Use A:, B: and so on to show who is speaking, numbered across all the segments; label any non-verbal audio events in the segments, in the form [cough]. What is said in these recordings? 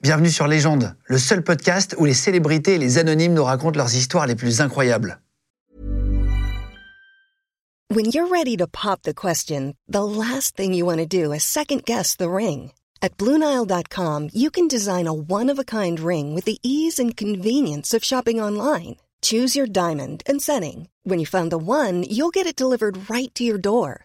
A: Bienvenue sur Légende, le seul podcast où les célébrités et les anonymes nous racontent leurs histoires les plus incroyables.
B: When you're ready to pop the question, the last thing you want to do is second guess the ring. At Bluenile.com, you can design a one of a kind ring with the ease and convenience of shopping online. Choose your diamond and setting. When you find the one, you'll get it delivered right to your door.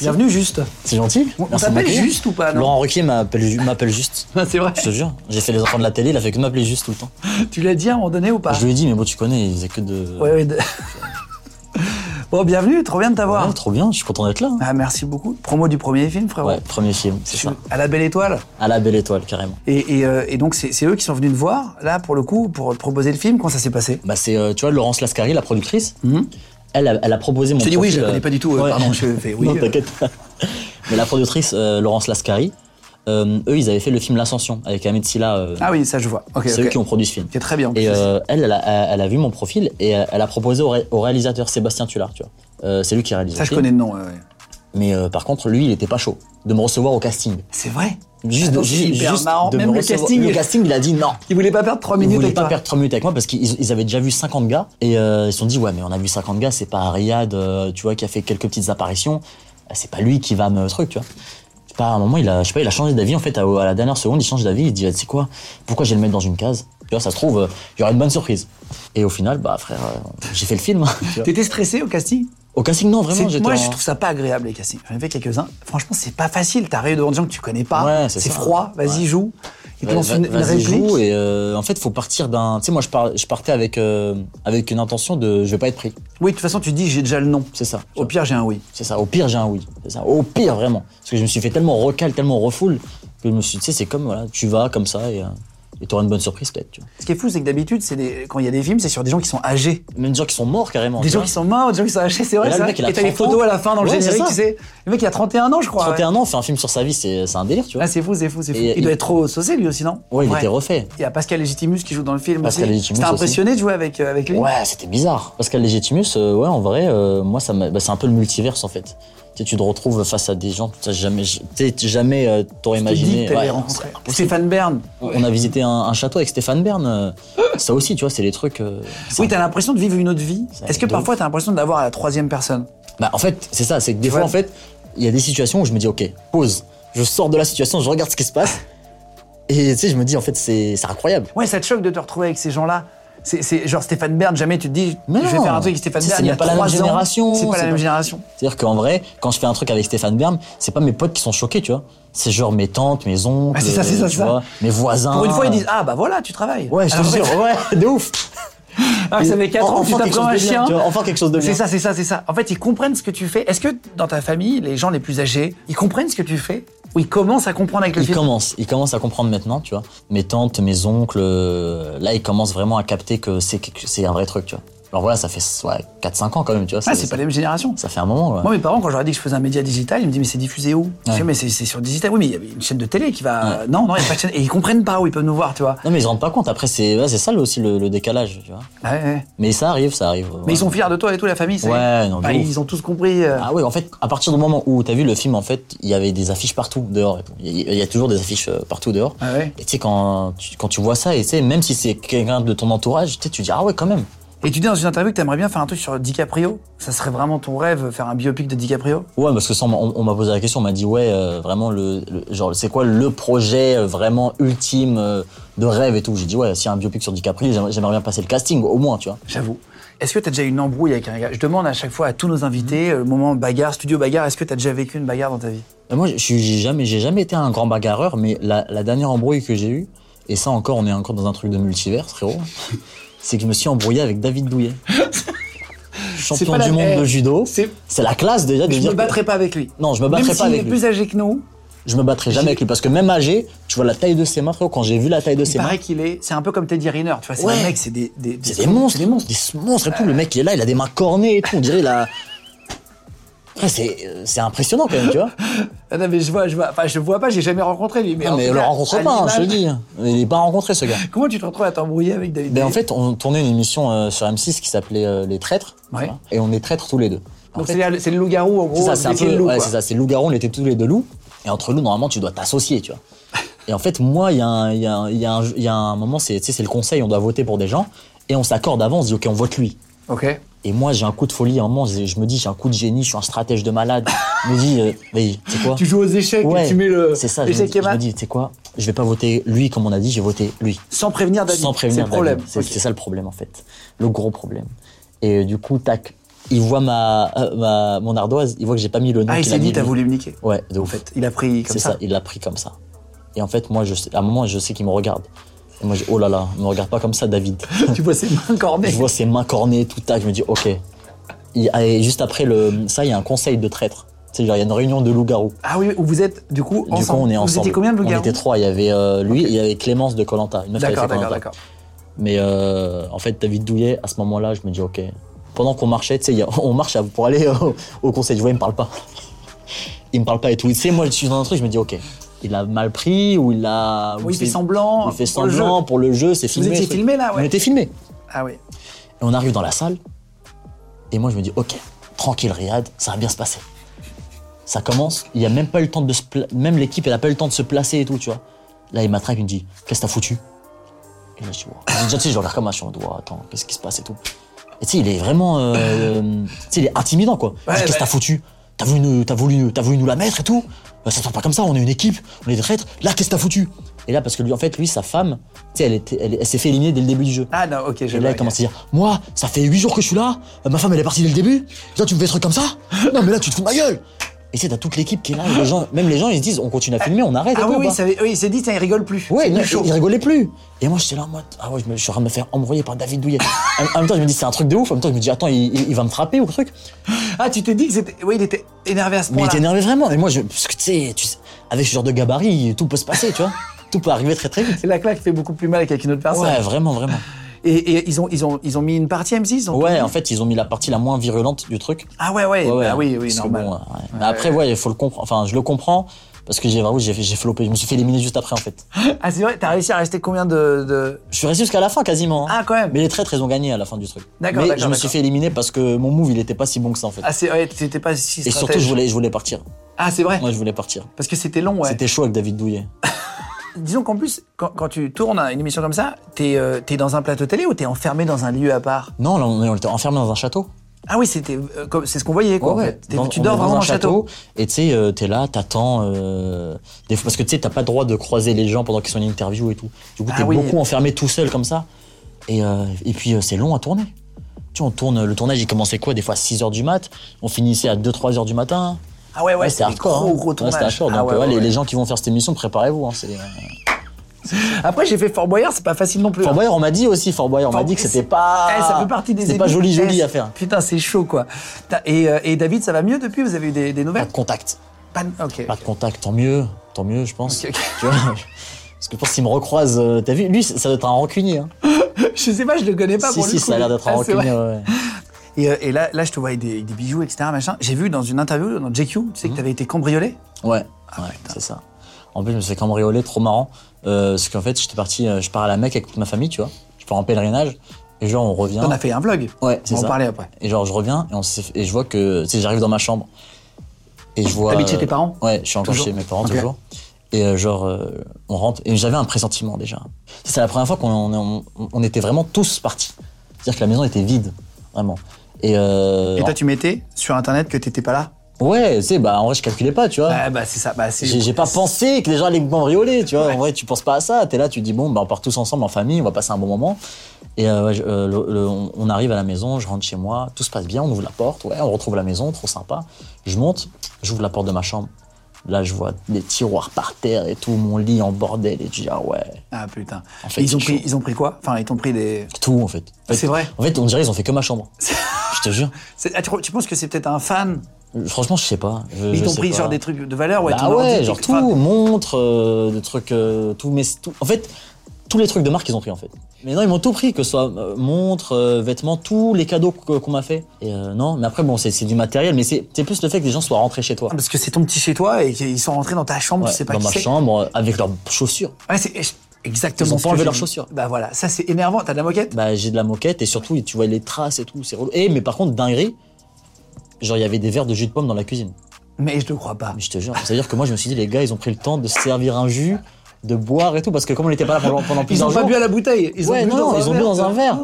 C: Bienvenue
D: [laughs]
C: juste.
D: C'est gentil
C: On
D: Merci de
C: t'appelle
D: m'accueillir.
C: juste ou pas non
D: Laurent Ruquier m'appelle ju- m'appelle juste.
C: Ah, C'est vrai.
D: Je te jure, j'ai fait les enfants de la télé, il a fait que m'appeler juste tout le temps.
C: Tu l'as dit à un moment donné ou pas
D: Je lui ai dit, mais bon, tu connais, il faisait que de.
C: Bah. Ouais,
D: [laughs]
C: ouais, de- bon, bienvenue, trop bien de t'avoir.
D: Ouais, trop bien, je suis content d'être là. hein.
C: Ah, merci beaucoup. Promo du premier film, frérot.
D: Ouais, premier film, c'est ça.
C: À la belle étoile.
D: À la belle étoile, carrément.
C: Et, et, euh, et donc, c'est c'est eux qui sont venus te voir, là, pour le coup, pour te proposer le film. Comment ça s'est passé
D: Bah, c'est, euh, tu vois, Laurence Lascari, la productrice, elle, a, elle a proposé mon
C: Je te Mhm. dis oui,
D: profil,
C: je la
D: euh,
C: connais pas du tout, euh, pardon, je fais oui,
D: [laughs] non,
C: euh.
D: t'inquiète pas. [laughs] Mais la productrice, euh, Laurence Lascari, euh, eux, ils avaient fait le film L'Ascension avec Ahmed Silla. euh,
C: Ah oui, ça, je vois. Ok,
D: c'est
C: ok.
D: eux qui ont produit ce film.
C: C'est très bien. en plus.
D: Et euh, elle, elle a, elle a vu mon profil et euh, elle a proposé au, ré- au réalisateur Sébastien Tullard, tu vois. Euh, c'est lui qui réalise.
C: ça,
D: le
C: je
D: film.
C: connais le nom. ouais, ouais.
D: Mais euh, par contre, lui, il était pas chaud de me recevoir au casting.
C: C'est vrai.
D: Juste,
C: Attends,
D: de-
C: Ah, c'est
D: ju-
C: hyper
D: juste
C: marrant.
D: de
C: Même
D: me
C: le
D: recevoir-
C: casting,
D: Le casting, il a dit non.
C: Ils voulaient pas perdre 3
D: Ils
C: minutes
D: voulaient
C: avec
D: pas
C: toi.
D: perdre 3 minutes avec moi parce qu'ils ils avaient déjà vu 50 gars et euh, ils se sont dit ouais mais on a vu 50 gars c'est pas Riyad euh, tu vois qui a fait quelques petites apparitions Euh, c'est pas lui qui va me truc tu vois C'est pas à un moment il a je sais pas il a changé d'avis en fait à, à la dernière seconde il change d'avis il dit Ah, tu sais quoi pourquoi je vais le mettre dans une case tu vois ça se trouve euh, il y aura une bonne surprise et au final bah frère euh, j'ai fait le film
C: [laughs]
D: tu vois.
C: T'étais stressé au casting
D: au casting non vraiment
C: C'est-
D: j'étais
C: Moi,
D: en-
C: je trouve ça pas agréable, les castings. J'en ai fait quelques-uns. Franchement, c'est pas facile. T'arrives devant des gens que tu connais pas.
D: Ouais, c'est
C: c'est
D: ça.
C: froid. Vas-y,
D: Ouais.
C: joue. Ils te lancent une, une
D: Vas-y,
C: réplique.
D: joue, et euh, en fait faut partir d'un tu sais moi je, par- je partais avec euh, avec une intention de je vais pas être pris
C: Oui, de toute façon, tu dis, j'ai déjà le nom.
D: c'est ça
C: Au pire, j'ai un oui.
D: C'est ça. Au pire, j'ai un oui. C'est ça. Au pire, vraiment. Parce que je me suis fait tellement recal, tellement refoule que je me suis dit, tu sais, c'est comme, voilà, tu vas comme ça et euh, et t'auras une bonne surprise peut-être. tu vois.
C: Ce qui est fou, c'est que d'habitude, c'est des- quand il y a des films, c'est sur des gens qui sont âgés.
D: Même des gens qui sont morts carrément.
C: Des
D: tu
C: gens
D: vois.
C: qui sont morts, des gens qui sont âgés, c'est vrai.
D: Et là,
C: c'est vrai.
D: le mec, il a
C: Et t'as les
D: 30 ans.
C: photos à la fin dans le
D: Ouais, c'est
C: générique,
D: ça.
C: tu sais. Le mec, il a 31 ans, je crois.
D: 31 ans, faire un film sur sa vie, c'est c'est un délire, tu vois.
C: Ah, c'est fou, c'est fou, c'est fou.
D: Et
C: il,
D: il-
C: doit être trop saucé, lui aussi, non
D: ouais, il
C: Ouais.
D: était refait.
C: Il y a Pascal Legitimus qui joue dans le film.
D: Pascal
C: aussi.
D: Légitimus
C: T'es
D: aussi.
C: impressionné de jouer avec, euh, avec lui
D: Ouais, c'était bizarre. Pascal Légitimus, euh, ouais, en vrai, euh, moi, ça m'a- bah, c'est un peu le multiverse en fait. Tu sais, tu te retrouves face à des gens que t'as jamais, tu sais, jamais euh, t'aurais
C: Tu te dis
D: imaginé.
C: que t'allais
D: Ouais,
C: les rencontrer.
D: c'est impossible.
C: Stéphane Bern.
D: On a visité un, un château avec Stéphane Bern. euh, ça aussi, tu vois, c'est les trucs. euh, c'est
C: Oui, t'as l'impression de vivre une autre vie.
D: Ça,
C: Est-ce que
D: de
C: parfois
D: ouf.
C: t'as l'impression d'avoir à la troisième personne
D: Bah, en fait, c'est ça, c'est que des fois,
C: vois-
D: en fait, il y a des situations où je me dis, ok, pause, je sors de la situation, je regarde ce qui se passe. Et tu sais, je me dis, en fait, c'est c'est incroyable.
C: Ouais, ça te choque de te retrouver avec ces gens-là. C'est, c'est- genre Stéphane Bern, jamais tu te dis,
D: Mais
C: je vais
D: non.
C: faire un truc avec Stéphane
D: C'est-
C: Bern.
D: c'est
C: il y a
D: même pas la même
C: trois ans.
D: génération,
C: C'est pas la
D: c'est
C: même
D: pas-
C: génération.
D: C'est-à-dire qu'en vrai, quand je fais un truc avec Stéphane Bern, c'est pas mes potes qui sont choqués, tu vois. C'est genre mes tantes, mes oncles, euh,
C: Ah, c'est ça, c'est ça,
D: tu
C: c'est ça.
D: vois, mes voisins.
C: Pour une fois, ils disent, ah bah voilà, tu travailles.
D: Ouais, je te
C: Alors,
D: jure,
C: en fait, [laughs]
D: ouais, de ouf.
C: alors que ça fait 4 ans que tu tapes
D: Enfin, quelque
C: comme
D: chose
C: un
D: de bien,
C: chien.
D: tu vois, enfin, quelque chose de bien.
C: C'est ça, c'est ça, c'est ça. En fait, ils comprennent ce que tu fais. Est-ce que dans ta famille, les gens les plus âgés, ils comprennent ce que tu fais Ou ils commencent à comprendre avec le
D: Ils
C: film
D: commencent, ils commencent à comprendre maintenant, tu vois. Mes tantes, mes oncles, euh, là, ils commencent vraiment à capter que c'est quelque- c'est un vrai truc, tu vois. Alors voilà, ça fait ouais, 4-5 ans quand même, tu vois.
C: Ah,
D: ça-
C: c'est
D: ça-
C: pas la même génération.
D: Ça fait un moment, ouais.
C: Moi, mes parents, quand je leur ai dit que je faisais un média digital, ils me disent, mais c'est diffusé où Je dis, mais c'est c'est sur digital. Oui, mais il y avait une chaîne de télé qui va. Euh, Non, non, il n'y a pas de chaîne. Et ils comprennent pas où ils peuvent nous voir, tu vois.
D: Non, mais ils se rendent pas compte. Après, c'est ouais, c'est ça le- aussi le, le décalage, tu vois.
C: Ouais, ouais.
D: Mais ça arrive, ça arrive. ouais.
C: Mais ils sont fiers de toi et tout, la famille. c'est-
D: Ouais, non, de
C: Ah,
D: ouf.
C: ils ont tous compris. euh,
D: Ah ouais, en fait, à partir du moment où t'as vu le film, en fait, il y avait des affiches partout dehors. et tout. Il y, il y a toujours des affiches euh, partout dehors.
C: Ah ouais.
D: Et tu sais, quand tu, quand tu vois ça, et tu sais, même si c'est quelqu'un de ton entourage, tu sais, tu dis, ah ouais, quand même.
C: Et tu dis dans une interview que t'aimerais bien faire un truc sur DiCaprio. Ça serait vraiment ton rêve, faire un biopic de DiCaprio
D: Ouais, parce que ça, on, m'a- on m'a posé la question, on m'a dit, ouais, euh, vraiment, le, le- genre, c'est quoi le projet euh, vraiment ultime euh, de rêve et tout J'ai dit, ouais, s'il y a un biopic sur DiCaprio, j'aimerais j'aimerais bien passer le casting, au moins, tu vois.
C: J'avoue. Est-ce que t'as déjà eu une embrouille avec un gars Je demande à chaque fois à tous nos invités,
D: Mm-hmm.
C: euh, moment bagarre, studio bagarre, est-ce que t'as déjà vécu une bagarre dans ta vie
D: Ben Moi, je suis- j'ai jamais, j'ai jamais été un grand bagarreur, mais la, la dernière embrouille que j'ai eue, et ça encore, on est encore dans un truc de multivers, frérot, [laughs] c'est que je me suis embrouillé avec David Douillet.
C: [laughs] C'est
D: Champion
C: pas la-
D: du monde
C: eh,
D: de judo.
C: c'est-
D: Oh, C'est la classe déjà de
C: Je
D: dire.
C: me
D: que-
C: battrais pas avec lui.
D: Non, je me
C: Même
D: battrais
C: s'il
D: pas avec
C: est
D: lui.
C: plus âgé que nous,
D: Je me battrai jamais avec lui parce que même âgé, tu vois la taille de ses mains, frérot. Quand j'ai vu la taille de
C: il
D: ses mains,
C: paraît qu'il est. C'est un peu comme Teddy Riner, tu vois. C'est
D: Ouais.
C: des mecs, c'est des, des,
D: c'est des monstres, des monstres, des monstres et tout. Le mec, il est là, il a des mains cornées et tout. On dirait il a. Après, c'est euh, c'est impressionnant quand même, tu vois.
C: Ah non, mais je vois, je vois. Enfin, je le vois pas, j'ai jamais rencontré lui. Mais,
D: Ah,
C: en
D: mais
C: tout
D: on le
C: cas,
D: rencontre
C: à
D: pas, hein, je te le
C: l'image-
D: dis. Il est pas rencontré, ce gars.
C: Comment tu te retrouves à t'embrouiller avec David
D: Ben, en
C: Bowie
D: fait, on tournait une émission euh, sur M6 qui s'appelait euh, Les Traîtres.
C: Ouais.
D: voilà, Et on est traîtres tous les deux. En
C: Donc,
D: fait,
C: c'est-à-dire, c'est le loup-garou, en
D: C'est
C: gros.
D: ça, c'est un
C: avec les
D: peu.
C: loups,
D: ouais,
C: quoi.
D: c'est ça, c'est loup-garou, on était tous les deux loups. Et entre loups, normalement, tu dois
C: [laughs]
D: t'associer, tu vois. Et en fait, moi, il y, a un- il y, a un- il y, a un- il y a un moment, c'est tu sais, c'est le conseil, on doit voter pour des gens. Et on s'accorde avant, on se dit, OK, on vote lui.
C: Ok.
D: Et moi, j'ai un coup de folie, à un moment, je je me dis, j'ai un coup de génie, je suis un stratège de malade. Je me dis, euh, mais tu sais quoi
C: Tu joues aux échecs
D: Ouais,
C: et tu mets le.
D: C'est ça, je me,
C: échec
D: dis, je me dis, tu sais quoi Je vais pas voter lui, comme on a dit, j'ai voté lui.
C: Sans prévenir David.
D: Sans prévenir
C: C'est le problème.
D: David. C'est
C: Ok.
D: c'est ça le problème, en fait. Le gros problème. Et euh, du coup, tac, il voit ma, euh, ma- mon ardoise, il voit que j'ai pas mis le nom
C: Ah, il
D: qu'il a
C: s'est
D: mis,
C: dit, t'as
D: lui.
C: voulu me niquer.
D: Ouais, de
C: En
D: ouf.
C: fait, il a pris comme
D: C'est ça.
C: ça.
D: il l'a pris comme ça. Et en fait, moi, je sais- à un moment, je sais qu'il me regarde. Et moi, je dis, oh là là, ne me regarde pas comme
C: [laughs]
D: ça, David.
C: tu vois ses mains cornées.
D: je vois ses mains cornées, tout tac, je me dis, ok. Il- ah, Et juste après le, ça, il y a un conseil de traître. Tu sais, genre, il y a une réunion de loups-garous.
C: Ah oui, oui, vous êtes du coup ensemble.
D: Du coup, on est ensemble.
C: Vous étiez combien de
D: On
C: loups-garous
D: était trois. Il y avait euh, lui, il y avait Clémence de Colanta.
C: D'accord, d'accord, d'accord.
D: Mais euh, en fait, David Douillet, à ce moment-là, je me dis, ok. Pendant qu'on marchait, tu sais, il y a- on marche à- pour aller [laughs] euh, au, au conseil. Je vois, il me parle pas. Il me parle pas et tout. Tu sais, moi, je suis dans un truc, je me dis, ok. Il a mal pris ou il a. ou
C: Oui, il fait
D: c'est-
C: semblant.
D: Il fait
C: pour le jeu.
D: semblant pour le jeu, c'est filmé.
C: étiez
D: ce truc.
C: filmé, là, ouais.
D: On était filmé.
C: Ah oui.
D: Et on arrive dans la salle. Et moi, je me dis, ok, tranquille, Riyad, ça va bien se passer. Ça commence, il n'y a même pas eu le temps de se pla- Même l'équipe, elle n'a pas eu le temps de se placer et tout, tu vois. Là, il m'attrape, il me dit, qu'est-ce que t'as foutu Et là, je dis, wow. Déjà, tu sais, je le regarde comme un chien, je me dis, wow, oh, attends, qu'est-ce qui se passe et tout. Et tu sais, il est vraiment. euh, euh, tu sais, il est intimidant, quoi. Il me dit,
C: Ouais,
D: qu'est-ce que
C: ouais.
D: t'as foutu T'as voulu, nous- t'as voulu, t'as voulu nous la mettre et tout Euh, Ça se passe pas comme ça, on est une équipe, on est des traîtres. Là, qu'est-ce que t'as foutu Et là, parce que lui, en fait, lui, sa femme, tu sais, elle, était- elle- elle s'est fait éliminer dès le début du jeu.
C: Ah non, ok, je
D: Et là,
C: vois,
D: il
C: ok.
D: commence à dire Moi, ça fait 8 jours que je suis là, euh, ma femme elle est partie dès le début, là tu me fais des trucs comme ça
C: [laughs]
D: Non, mais là tu te fous de ma gueule Et c'est t'as toute l'équipe qui est là, et les gens, même les gens ils se disent On continue à filmer, on arrête et
C: Ah
D: tout,
C: oui,
D: ou
C: oui,
D: pas
C: ça avait- oui, il s'est dit, tiens, il rigole plus.
D: Ouais,
C: c'est
D: non,
C: plus
D: ils
C: chaud.
D: ils rigolaient plus. Et moi j'étais là en mode Ah ouais, je, me- je suis en train de me faire embrouiller par David Douillet. en, en même temps, je me dis C'est un truc de ouf, en même temps, je me dis Attends, il, il- il va me frapper ou le truc
C: Ah, tu t'es dit que c'était. Oui, il était énervé à ce
D: Mais il
C: point-là.
D: était énervé vraiment. Et moi, je, parce que tu sais, tu sais, avec ce genre de gabarit, tout peut se passer, tu vois. Tout peut arriver très très vite.
C: C'est la claque qui fait beaucoup plus mal qu'avec une autre personne.
D: Ouais, vraiment, vraiment.
C: Et, et ils, ont, ils, ont, ils ont mis une partie M6 ils ont-
D: Ouais, en fait, ils ont mis la partie la moins virulente du truc.
C: Ah ouais, ouais,
D: Ouais, ouais,
C: bah oui, oui,
D: parce que
C: normal.
D: bon, ouais, ouais. Mais après, ouais, il faut le comprendre. Enfin, je le comprends parce que j'ai vraiment, j'ai j'ai flopé. Je me suis fait éliminer juste après, en fait.
C: Ah, c'est vrai, t'as réussi à rester combien de. de-
D: Je suis resté jusqu'à la fin quasiment. hein.
C: Ah, quand même.
D: Mais les traîtres, ils ont gagné à la fin du truc.
C: D'accord,
D: Mais
C: d'accord,
D: je me suis
C: d'accord.
D: fait éliminer parce que mon move, il était pas si bon que ça, en fait.
C: Ah, c'est. Ouais, t'étais pas si
D: Et
C: stratège.
D: surtout, je voulais, je voulais partir.
C: Ah, c'est vrai.
D: Moi, je voulais partir.
C: Parce que c'était long, ouais.
D: C'était chaud avec David Douillet.
C: Disons qu'en plus, quand, quand tu tournes une émission comme ça, t'es euh, t'es dans un plateau télé ou t'es enfermé dans un lieu à part
D: Non, là, on on était enfermé dans un château.
C: Ah oui, c'était euh, comme- c'est ce qu'on voyait, quoi. en fait. T'es-
D: Dans-
C: tu
D: on
C: dors
D: est dans
C: vraiment
D: un
C: dans un château.
D: Et tu sais, euh, t'es là, t'attends. euh, des fois- parce que tu sais, t'as pas le droit de croiser les gens pendant qu'ils sont en interview et tout. Du coup,
C: Ah
D: t'es
C: oui.
D: beaucoup enfermé tout seul comme ça. Et, euh, et puis, euh, c'est long à tourner. Tu vois, on tourne, le tournage, il commençait quoi Des fois à 6 h du mat. On finissait à 2-3 h du matin.
C: Ah ouais, ouais,
D: Ouais,
C: c'est
D: c'était
C: un
D: hardcore.
C: gros,
D: hein.
C: gros
D: Ouais,
C: tournage.
D: c'était hardcore.
C: Ah
D: Donc,
C: ouais,
D: ouais,
C: ouais,
D: les,
C: ouais.
D: les gens qui vont faire cette émission, préparez-vous. hein, c'est, euh,
C: Après, j'ai fait Fort Boyard, c'est pas facile non plus. hein.
D: Fort Boyard, on m'a dit aussi, Fort Boyard, on
C: Fort-
D: m'a dit que c'était pas.
C: Eh, ça fait partie des
D: C'était pas
C: ennemis.
D: joli, joli
C: Eh,
D: à faire.
C: Putain, c'est chaud, quoi. T'as- Et, euh, et David, ça va mieux depuis Vous avez eu des, des
D: Pas
C: nouvelles
D: de contact.
C: Pas de- Ok.
D: Pas de contact, tant mieux, tant mieux, je pense.
C: Ok, ok.
D: Tu vois [laughs] Parce que je pense qu'il me recroise, euh, t'as vu Lui, ça ça doit être un rancunier. Hein.
C: [laughs] Je sais pas, je le connais pas
D: si,
C: pour le
D: si,
C: coup.
D: ça a l'air d'être un
C: Ah, c'est vrai.
D: rancunier, ouais.
C: Et, euh, et là, là, je te vois avec des, avec des bijoux, etc. Machin. J'ai vu dans une interview, dans JQ, tu
D: Mhm.
C: sais que t'avais été cambriolé.
D: Ouais, ouais, c'est ça. Ah, En plus, je me suis fait cambrioler, trop marrant. Euh, parce qu'en fait, j'étais parti, euh, je pars à la Mecque avec toute ma famille, tu vois. Je pars en pèlerinage. Et genre, on revient.
C: On a fait un vlog.
D: Ouais, c'est
C: On va en
D: ça.
C: parler après.
D: Et genre, je reviens et, on s'est fait- et je vois que. Tu sais, j'arrive dans ma chambre. Et je vois.
C: T'habites chez
D: euh,
C: tes parents
D: Ouais, je suis encore
C: Toujours
D: chez mes parents,
C: Ok.
D: toujours. Et euh, genre, euh, on rentre. Et j'avais un pressentiment déjà. C'est la première fois qu'on on, on- on était vraiment tous partis. C'est-à-dire que la maison était vide, vraiment. Et, euh,
C: Et toi, tu mettais sur internet que t'étais pas là
D: ouais, tu sais, bah en vrai, je calculais pas, tu vois.
C: Ah, bah, c'est ça. Bah, c'est-
D: J'ai j'ai pas pensé que les gens allaient me cambrioler, tu vois. En vrai, tu penses pas à ça. T'es là, tu te dis, bon, bah, on part tous ensemble en famille, on va passer un bon moment. Et euh, ouais, je- euh, le- le- on- on arrive à la maison, je rentre chez moi, tout se passe bien, on ouvre la porte, ouais, on retrouve la maison, trop sympa. Je monte, j'ouvre la porte de ma chambre. Là, je vois les tiroirs par terre et tout, mon lit en bordel. Et tu dis, ah ouais,
C: Ah, putain.
D: En fait,
C: ils, ont
D: c'est
C: pris,
D: chaud.
C: ils ont pris quoi Enfin, ils t'ont pris des.
D: tout en fait. En fait,
C: Ah, C'est vrai.
D: En fait, on dirait ils ont fait que ma
C: [laughs]
D: chambre. je te jure.
C: C'est- ah, tu, tu penses que c'est peut-être un fan
D: Franchement, je sais pas. Je-
C: Ils
D: je
C: t'ont
D: sais
C: pris
D: pas.
C: genre des trucs de valeur Ouais,
D: Bah
C: ton ordi,
D: ouais,
C: tes-
D: genre tout,
C: enfin,
D: montre, euh, des trucs, euh, tout, mais tout. En fait, tous les trucs de marque qu'ils ont pris en fait. Mais non, ils m'ont tout pris, que ce soit euh, montre, euh, vêtements, tous les cadeaux que- qu'on m'a fait. Et euh, non, mais après bon, c'est c'est du matériel, mais c'est c'est plus le fait que les gens soient rentrés chez toi.
C: Ah, Parce que c'est ton petit chez toi et qu'ils sont rentrés dans ta chambre,
D: Ouais,
C: tu sais pas
D: dans
C: qui
D: ma
C: c'est.
D: chambre, euh, avec leurs chaussures.
C: Ouais, c'est exactement.
D: Ils ont
C: ce
D: pas
C: que
D: enlevé
C: j'ai
D: leurs
C: dit.
D: chaussures.
C: Bah voilà, ça c'est énervant. T'as de la moquette
D: Bah j'ai de la moquette et surtout tu vois les traces et tout, c'est relou. Et mais par contre dinguerie, genre il y avait des verres de jus de pomme dans la cuisine.
C: Mais je te crois pas.
D: Mais je te jure, c'est à dire que moi je me suis dit les gars ils ont pris le temps de se servir un jus, de boire et tout parce que comme on n'était pas là pendant, pendant
C: Ils
D: plusieurs
C: ont pas
D: jours.
C: bu à la bouteille. Ils
D: ouais
C: ont bu
D: non,
C: dans un
D: ils ont bu
C: verre,
D: dans un
C: toi.
D: verre.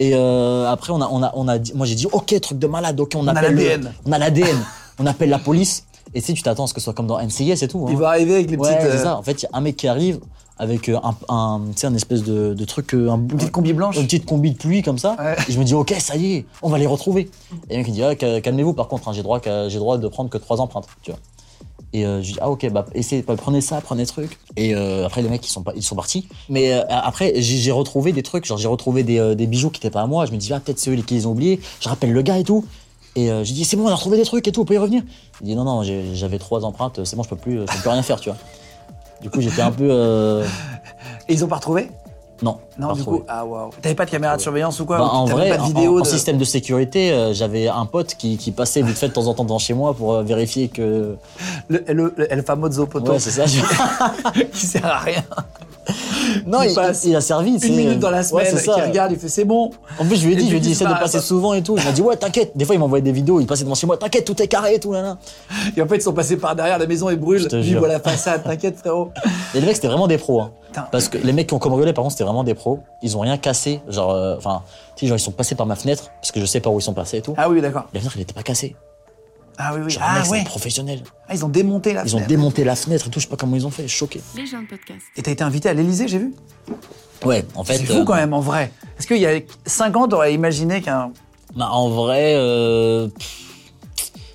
D: Et euh, après on a on a on a dit, moi j'ai dit ok truc de malade, ok on,
C: a
D: appelle le-
C: l'ADN.
D: on a l'ADN, [laughs] on appelle la police. Et tu sais, tu t'attends à ce que ce soit comme dans NCIS et tout. hein.
C: Il va arriver avec les
D: Ouais,
C: petites.
D: c'est
C: euh,
D: ça. En fait, il y a un mec qui arrive avec euh, un, un, tu sais, un espèce de, de truc, euh, un,
C: Une petite combi blanche.
D: une petite combi de pluie comme ça.
C: Ouais.
D: Et je me dis, ok, ça y est, on va les retrouver. Et le mec il dit, ah, ca- calmez-vous par contre, hein, j'ai droit, qu'à- j'ai droit de prendre que trois empreintes, tu vois. Et euh, je dis, ah ok, bah, essayez, bah, prenez ça, prenez truc. Et euh, après, les mecs, ils sont, pas- ils sont partis. Mais euh, après, j'ai j'ai retrouvé des trucs, genre j'ai retrouvé des, euh, des bijoux qui n'étaient pas à moi. Je me dis, ah, peut-être c'est eux qui les ont oubliés. Je rappelle le gars et tout. Et euh, j'ai dit, c'est bon, on a retrouvé des trucs et tout, on peut y revenir. Il dit, non, non, j'ai- j'avais trois empreintes, c'est bon, je peux plus, euh, je peux plus rien faire, tu vois. Du coup, j'étais un peu. euh,
C: Et ils ont pas retrouvé
D: Non.
C: Non,
D: pas
C: du
D: retrouvé.
C: coup. Ah waouh. T'avais pas de caméra de surveillance ou quoi
D: Bah,
C: Ou
D: en
C: t'avais
D: vrai,
C: pas de
D: en-
C: vidéo
D: en,
C: de-
D: système de sécurité, euh, j'avais un pote qui, qui passait vite fait de temps en temps devant chez moi pour euh, vérifier que.
C: Le, le, le, le famoso poteau
D: Ouais, c'est ça. je-
C: qui sert à rien.
D: non,
C: [laughs] Il
D: il,
C: passe
D: il a servi. tu
C: Une
D: sais,
C: minute dans la
D: ouais,
C: semaine,
D: c'est ça.
C: qui regarde, il fait c'est bon.
D: En plus, je lui ai
C: Et
D: dit,
C: puis
D: je lui
C: qui
D: ai dit, essaie de
C: disparaît.
D: passer souvent et tout. Il m'a dit, ouais, t'inquiète. Des fois, il m'envoyait des vidéos, il passait devant chez moi, t'inquiète, tout est carré et tout, là, là.
C: Et en fait, ils sont passés par derrière la maison et brûlent.
D: te
C: Vive
D: jure.
C: la façade, t'inquiète frérot.
D: Et les mecs, c'était vraiment des pros. hein.
C: Putain.
D: Parce que les mecs qui ont cambriolé, par contre, c'était vraiment des pros. Ils ont rien cassé. Genre, euh, enfin, tu sais, genre, ils sont passés par ma fenêtre, parce que je sais pas où ils sont passés et tout.
C: Ah oui, d'accord.
D: La fenêtre, elle était pas cassée.
C: Ah oui, oui.
D: Genre, les
C: Ah
D: mecs, c'est
C: ouais.
D: des professionnels.
C: Ah, ils ont démonté la
D: Ils ont
C: fenêtre.
D: démonté la fenêtre et tout, je sais pas comment ils ont fait, choqué.
E: Les gens de podcast.
C: Et t'as été invité à l'Elysée, j'ai vu
D: Ouais, en fait.
C: C'est
D: euh,
C: fou quand même, en vrai. Est-ce qu'il y a 5 ans, t'aurais imaginé qu'un.
D: Bah, en vrai, euh, pff,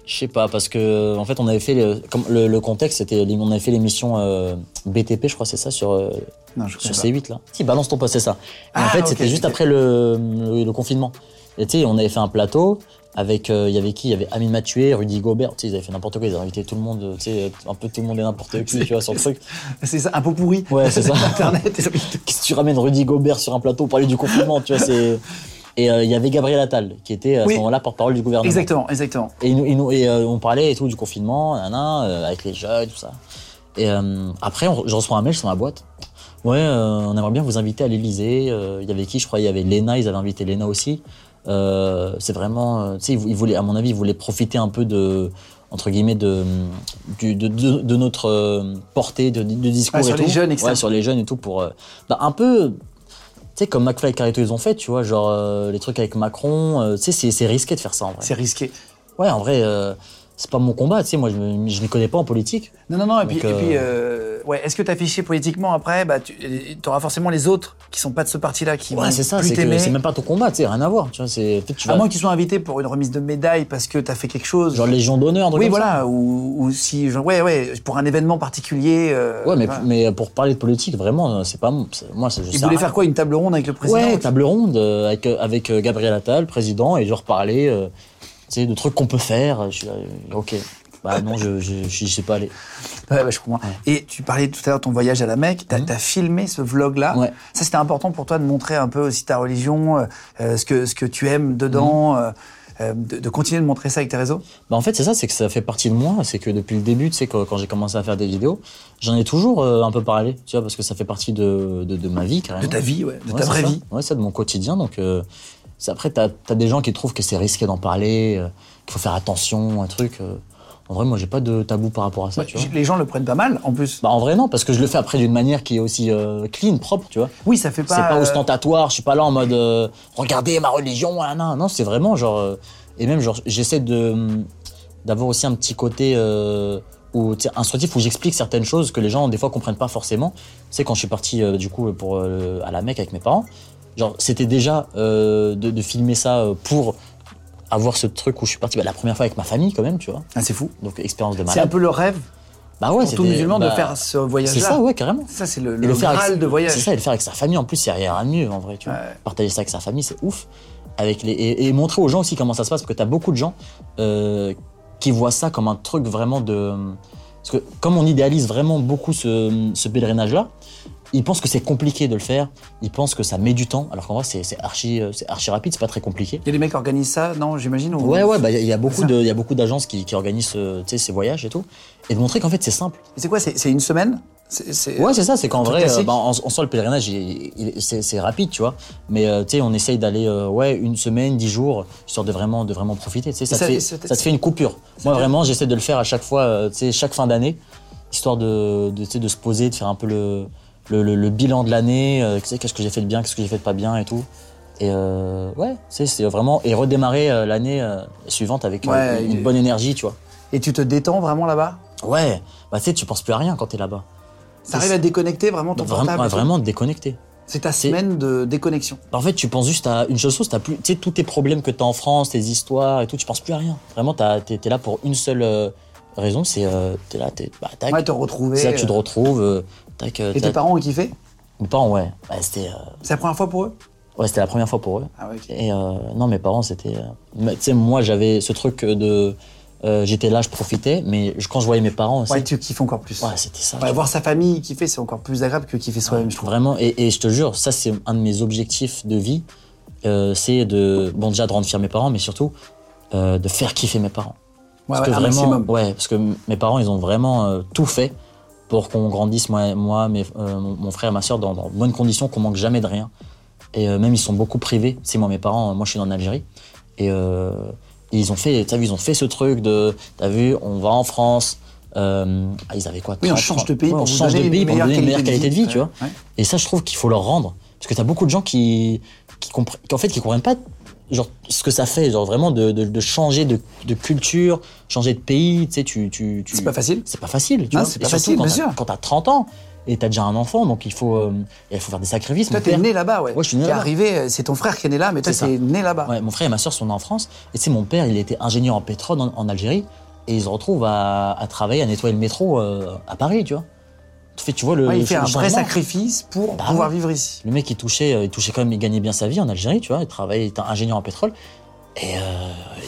D: je sais pas, parce que euh, en fait, on avait fait le, comme le, le contexte, c'était on avait fait l'émission euh, BTP, je crois, c'est ça sur euh,
C: Non, je
D: sur
C: connais pas.
D: C8 là. Si balance ton poste, c'est ça. Et
C: Ah,
D: en fait,
C: ok,
D: c'était juste
C: ok.
D: après le, le, le confinement. Et tu sais, on avait fait un plateau avec euh, il y avait qui Il y avait Amine Mathieu, Rudy Gobert. Tu sais, ils avaient fait n'importe quoi. Ils avaient invité tout le monde, tu sais, un peu tout le monde et n'importe qui, tu vois, sur
C: [laughs]
D: le truc.
C: C'est ça, un pot pourri.
D: Ouais, c'est ça.
C: [laughs] Internet.
D: Qu'est-ce que tu ramènes Rudy Gobert sur un plateau pour parler du confinement, tu vois C'est et euh, il y avait Gabriel Attal qui était à
C: Oui.
D: ce moment-là porte-parole du gouvernement.
C: Exactement, exactement.
D: Et, ils nous- ils nous- et, euh, on parlait et tout du confinement, nanana, euh, avec les jeunes, tout ça. Et euh, après, on re- je reçois un mail sur ma boîte. Ouais, euh, on aimerait bien vous inviter à l'Elysée. il y avait qui Je crois il y avait Léna, ils avaient invité Léna aussi. Euh, c'est vraiment. euh, tu sais, ils vou- ils voulaient, à mon avis, ils voulaient profiter un peu de. Entre guillemets, de, du- de, de- de notre euh, portée de, de discours.
C: Ouais, Ah, sur
D: et
C: les
D: tout.
C: jeunes, etc.
D: Ouais, sur les jeunes et tout pour. euh, bah, un peu. Tu sais, comme McFly et Carito, ils ont fait, tu vois, genre euh, les trucs avec Macron. euh, tu sais, c'est- c'est risqué de faire ça en vrai.
C: C'est risqué.
D: Ouais, en vrai, euh, c'est pas mon combat, tu sais, moi je me- je m'y connais pas en politique.
C: Non, non, non. Et puis,
D: Donc,
C: et
D: euh,
C: puis, euh, ouais, est-ce que t'afficher politiquement après, bah, tu auras forcément les autres qui sont pas de ce parti-là qui vont
D: Ouais, c'est ça,
C: plus Ah,
D: c'est que
C: t'aimer.
D: c'est même pas ton combat, tu sais, rien à voir. Tu vois, c'est peut-être tu
C: À
D: vas.
C: moins qu'ils soient invités pour une remise de médaille parce que t'as fait quelque chose.
D: Genre Légion d'honneur, un truc
C: oui,
D: comme ça.
C: voilà. Ou, ou si, genre, ouais, ouais, pour un événement particulier. euh,
D: Ouais, mais,
C: voilà.
D: mais pour parler de politique, vraiment, euh, c'est pas mon- c'est- moi. c'est- Je
C: Ils
D: sais
C: voulaient
D: rien.
C: faire quoi Une table ronde avec le président
D: Ouais, table ronde euh, avec, euh, avec euh, Gabriel Attal, président, et genre parler, euh, tu sais, de trucs qu'on peut faire. Je suis là, euh, ok. Bah non, je, je, je- je sais pas aller.
C: Ouais, bah, je comprends. Et tu parlais tout à l'heure de ton voyage à la Mecque. T'as as filmé ce vlog-là.
D: Mmh. Ouais.
C: Ça, c'était important pour toi de montrer un peu aussi ta religion, euh, euh, ce, que, ce que tu aimes
D: Mmh.
C: dedans, euh, euh, de, de continuer de montrer ça avec tes réseaux.
D: Bah en fait, c'est ça, c'est que ça fait partie de moi. C'est que depuis le début, tu sais, quand, quand j'ai commencé à faire des vidéos, j'en ai toujours euh, un peu parlé, tu vois, parce que ça fait partie de, de, de ma vie, carrément.
C: De ta vie, ouais, de
D: Ouais,
C: ta
D: c'est
C: vraie
D: ça.
C: vie.
D: Ouais, ça, de mon quotidien. Donc, euh, c'est- après, t'as as des gens qui trouvent que c'est risqué d'en parler, euh, qu'il faut faire attention, un truc. euh. En vrai, moi, j'ai pas de tabou par rapport à ça,
C: Ouais,
D: tu vois.
C: j- les gens le prennent pas mal, en plus.
D: Bah, en vrai, non, parce que je le fais après d'une manière qui est aussi euh, clean, propre, tu vois.
C: oui, ça fait pas.
D: C'est pas
C: euh,
D: ostentatoire, je suis pas là en mode euh, regardez ma religion, ah, non, non, c'est vraiment genre. euh, et même, genre, j'essaie de hum, d'avoir aussi un petit côté euh, où, tu sais, instructif où j'explique certaines choses que les gens, des fois, comprennent pas forcément. Tu sais, quand je suis parti, euh, du coup, pour, euh, à la Mecque avec mes parents, genre, c'était déjà euh, de, de filmer ça euh, pour avoir ce truc où je suis parti bah, la première fois avec ma famille, quand même, tu vois.
C: ah, c'est fou.
D: Donc, expérience de
C: C'est un
D: malade.
C: peu le rêve
D: Bah ouais,
C: pour tout
D: c'était-
C: musulman de
D: bah,
C: faire ce voyage-là.
D: C'est ça, ouais, carrément.
C: Ça, c'est le,
D: Et
C: le, Graal
D: avec,
C: de voyage.
D: C'est ça, et le faire avec sa famille en plus, il n'y a rien à mieux en vrai. Tu vois.
C: Ouais.
D: Partager ça avec sa famille, c'est ouf. Avec les, et, et montrer aux gens aussi comment ça se passe, parce que tu as beaucoup de gens euh, qui voient ça comme un truc vraiment de. Parce que comme on idéalise vraiment beaucoup ce, ce pèlerinage-là, ils pensent que c'est compliqué de le faire, ils pensent que ça met du temps, alors qu'en vrai c'est c'est archi, euh, c'est archi rapide, c'est pas très compliqué.
C: Il y a des mecs qui organisent ça, non, j'imagine. ou-
D: Ouais, ouais, bah il y a- il y, a beaucoup
C: ça.
D: de- il y a beaucoup d'agences qui, qui organisent euh, tu sais, ces voyages et tout, et de montrer qu'en fait c'est simple.
C: Mais C'est quoi C'est c'est une semaine C'est- c'est-
D: Ouais, c'est ça, c'est qu'en
C: Tout
D: vrai,
C: classique.
D: euh, bah, en, en soi, le pèlerinage, il- il- c'est c'est rapide, tu vois. Mais euh, tu sais, on essaye d'aller euh, ouais, une semaine, dix jours, histoire de vraiment, de vraiment profiter. Tu sais, ça,
C: Ça-
D: te fait,
C: ça-
D: ça te fait une coupure. Moi, vraiment, j'essaie de le faire à chaque fois, euh, tu sais, chaque fin d'année, histoire de, de, tu sais, de se poser, de faire un peu le, le, le- le bilan de l'année, euh, tu sais, qu'est-ce que j'ai fait de bien, qu'est-ce que j'ai fait de pas bien et tout. Et euh, ouais, tu sais, c'est vraiment. Et redémarrer euh, l'année euh, suivante avec euh,
C: Ouais,
D: une,
C: il
D: une
C: est-
D: bonne énergie, tu vois.
C: Et tu te détends vraiment là-bas
D: Ouais, bah tu sais, tu penses plus à rien quand t'es là-bas.
C: Ça arrive à déconnecter vraiment ton
D: Vraiment,
C: portable
D: ouais,
C: et tout
D: vraiment déconnecté.
C: C'est ta
D: C'est-
C: semaine de déconnexion.
D: Bah, En fait, tu penses juste à une seule chose, t'as plus, tu sais, tous tes problèmes que t'as en France, tes histoires et tout, tu penses plus à rien. Vraiment, t'as- t'es es là pour une seule euh, raison, c'est euh, t'es là, t'es, bah, tac,
C: Ouais, te retrouver.
D: c'est là que tu te
C: euh,
D: retrouves, euh, tac, euh,
C: Et
D: t'as-
C: tes parents ont kiffé
D: mes parents, ouais, Bah, c'était, euh,
C: C'est la première fois pour eux
D: ouais, c'était la première fois pour eux.
C: Ah ouais, ok.
D: Et euh, non, mes parents, c'était, euh, mais tu sais, moi, j'avais ce truc de, euh, j'étais là, je profitais, mais je- quand je voyais mes parents, aussi,
C: Ouais, tu kiffes encore plus.
D: ouais, c'était ça.
C: Ouais,
D: tu
C: voir sa famille kiffer, c'est encore plus agréable que kiffer soi-même, je trouve.
D: Vraiment, et, et je te jure, ça c'est un de mes objectifs de vie, euh, c'est de, bon déjà de rendre fier mes parents, mais surtout euh, de faire kiffer mes parents.
C: Ouais,
D: parce
C: ouais,
D: que
C: un
D: vraiment,
C: maximum.
D: ouais, parce que m- mes parents ils ont vraiment euh, tout fait pour qu'on grandisse moi, moi mes- euh, mon, mon frère, et ma soeur dans, dans de bonnes conditions, qu'on manque jamais de rien. Et euh, même ils sont beaucoup privés. C'est moi mes parents, euh, moi je suis né en Algérie et euh, ils ont fait, t'as vu, ils ont fait ce truc de, t'as vu, on va en France. euh, ah, ils avaient quoi
C: Oui, on
D: 30,
C: change de pays
D: ouais,
C: pour
D: on
C: vous
D: change de
C: donner
D: pays
C: une
D: pour
C: meilleure
D: donner une meilleure
C: qualité
D: qualité de vie, tu vois.
C: Ouais.
D: Et ça, je trouve qu'il faut leur rendre. Parce que t'as beaucoup de gens qui, qui, compre- qui, en fait, qui comprennent pas genre, ce que ça fait, genre vraiment de, de, de changer de, de culture, changer de pays. Tu sais, tu, tu, tu-
C: C'est pas facile.
D: C'est pas facile. Tu
C: Non,
D: vois.
C: c'est
D: Et
C: pas
D: surtout
C: facile,
D: quand
C: bien
D: t'as-
C: sûr.
D: quand t'as 30 ans et t'as déjà un enfant, donc il faut, euh, il faut faire des sacrifices.
C: Toi,
D: Mon
C: t'es
D: père-
C: né là-bas, ouais.
D: Ouais, je suis né
C: T'es
D: là-bas.
C: arrivé, euh, c'est ton frère qui est né là, mais toi,
D: C'est ça.
C: t'es né là-bas.
D: Ouais, mon frère et ma soeur sont nés en France. Et tu sais, mon père, il était ingénieur en pétrole en, en Algérie. Et ils se retrouvent à, à travailler, à nettoyer le métro euh, à Paris, tu vois. Tu, fais, tu vois le,
C: Ouais,
D: le-
C: il fait
D: le
C: un vrai
D: changement.
C: sacrifice pour
D: Bah
C: pouvoir
D: ouais.
C: vivre ici.
D: Le mec, il touchait, euh, il touchait quand même, il gagnait bien sa vie en Algérie, tu vois. Il travaillait, il était ingénieur en pétrole. Et euh,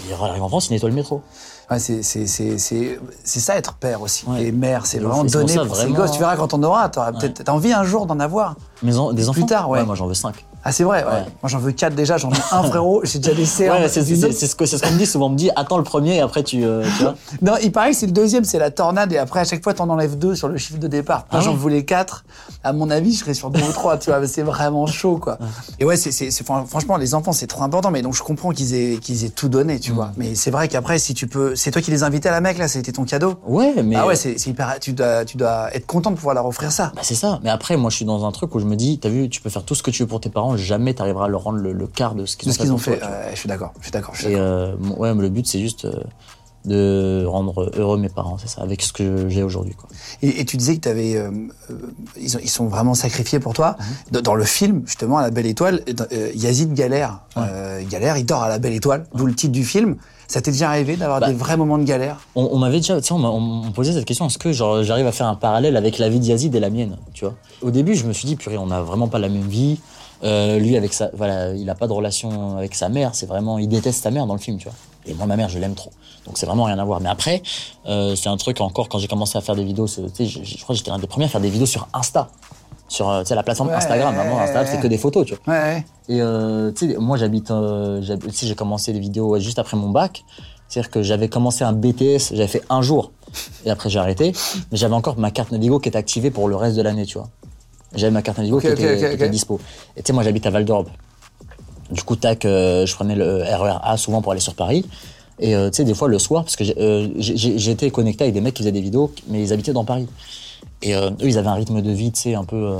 D: il arrive en France, il nettoie le métro.
C: Ouais, c'est, c'est, c'est, c'est, c'est ça être père aussi.
D: Ouais.
C: Et mère, c'est
D: Et
C: vraiment
D: c'est pour
C: donner
D: ça,
C: pour ses
D: vraiment-
C: gosses. Tu verras quand on aura, t'auras peut-être, t'as envie un jour d'en avoir.
D: Mais en- des enfants.
C: tard, ouais.
D: moi, j'en veux cinq.
C: Ah, c'est vrai, ouais.
D: Ouais.
C: Moi, j'en veux quatre déjà, j'en ai un frérot, j'ai déjà des cernes.
D: Ouais, c'est c'est-
C: Une
D: c'est-
C: autre-
D: c'est ce que- c'est ce qu'on me dit souvent. On me dit, attends le premier et après tu, euh, tu vois.
C: Non, il paraît que c'est le deuxième, c'est la tornade, et après, à chaque fois, t'en enlèves deux sur le chiffre de départ. Moi,
D: Ah
C: j'en
D: ouais
C: voulais quatre. À mon avis, je serais sur deux ou trois, tu vois, mais c'est vraiment chaud, quoi. Et ouais, c'est, c'est, c'est- fran- franchement, les enfants, c'est trop important, mais donc je comprends qu'ils aient, qu'ils aient tout donné,
D: Mm.
C: tu vois. Mais c'est vrai qu'après, si tu peux, c'est toi qui les invitais à la Mecque, là, c'était ton cadeau.
D: Ouais, mais. euh,
C: Ah [laughs] ouais, c'est, c'est hyper, tu dois, tu dois être content de pouvoir leur offrir ça.
D: Bah, c'est ça. Mais après, moi, je suis dans un truc où je me dis, t'as vu, tu peux faire tout ce que tu veux pour tes parents, jamais t'arriveras à leur rendre le, le quart de ce qu'ils
C: De
D: ont
C: ce qu'ils ont
D: pour toi,
C: fait,
D: tu vois.
C: euh, je suis d'accord, je suis d'accord. je suis
D: Et euh, bon, ouais, mais le but, c'est juste euh, de rendre heureux mes parents, c'est ça, avec ce que j'ai aujourd'hui, quoi.
C: Et, et tu disais que t'avais, euh, euh, ils, ont- ils sont vraiment sacrifiés pour toi.
D: Mhm.
C: Dans, dans le film, justement, à la Belle Étoile, dans- euh, Yazid galère. Euh, il galère, il dort à la Belle Étoile, d'où le titre du film. Ça t'est déjà arrivé d'avoir
D: Bah.
C: des vrais moments de galère
D: On, on m'avait déjà, tu sais, on, m'a- on- on me posait cette question, est-ce que genre, j'arrive à faire un parallèle avec la vie de Yazid et la mienne, tu vois Au début, je me suis dit, purée, on n'a vraiment pas la même vie. Euh, lui, avec sa, voilà, il n'a pas de relation avec sa mère. C'est vraiment, il déteste sa mère dans le film, tu vois. Et moi, ma mère, je l'aime trop. Donc, c'est vraiment rien à voir. Mais après, euh, c'est un truc encore quand j'ai commencé à faire des vidéos. c'est- tu sais, Je, je crois que j'étais l'un des premiers à faire des vidéos sur Insta, sur euh, tu sais, la plateforme
C: Ouais.
D: Instagram. Avant, Instagram, c'est que des photos, tu vois.
C: Ouais, ouais.
D: Et euh, tu sais, moi j'habite, euh, j'hab- tu sais, j'ai commencé les vidéos ouais, juste après mon bac. C'est-à-dire que j'avais commencé un BTS, j'avais fait un jour, et après j'ai arrêté. Mais j'avais encore ma carte Navigo qui était activée pour le reste de l'année, tu vois. J'avais ma carte Navigo
C: Ok,
D: qui,
C: ok,
D: était,
C: ok,
D: qui
C: ok.
D: était dispo. Et tu sais, moi j'habite à Val d'Orbe. Du coup, tac, euh, je prenais le RER A souvent pour aller sur Paris. Et euh, tu sais, des fois le soir, parce que j'ai- euh, j'ai- j'ai- j'étais connecté avec des mecs qui faisaient des vidéos, mais ils habitaient dans Paris. Et euh, eux, ils avaient un rythme de vie, tu sais, un peu. euh,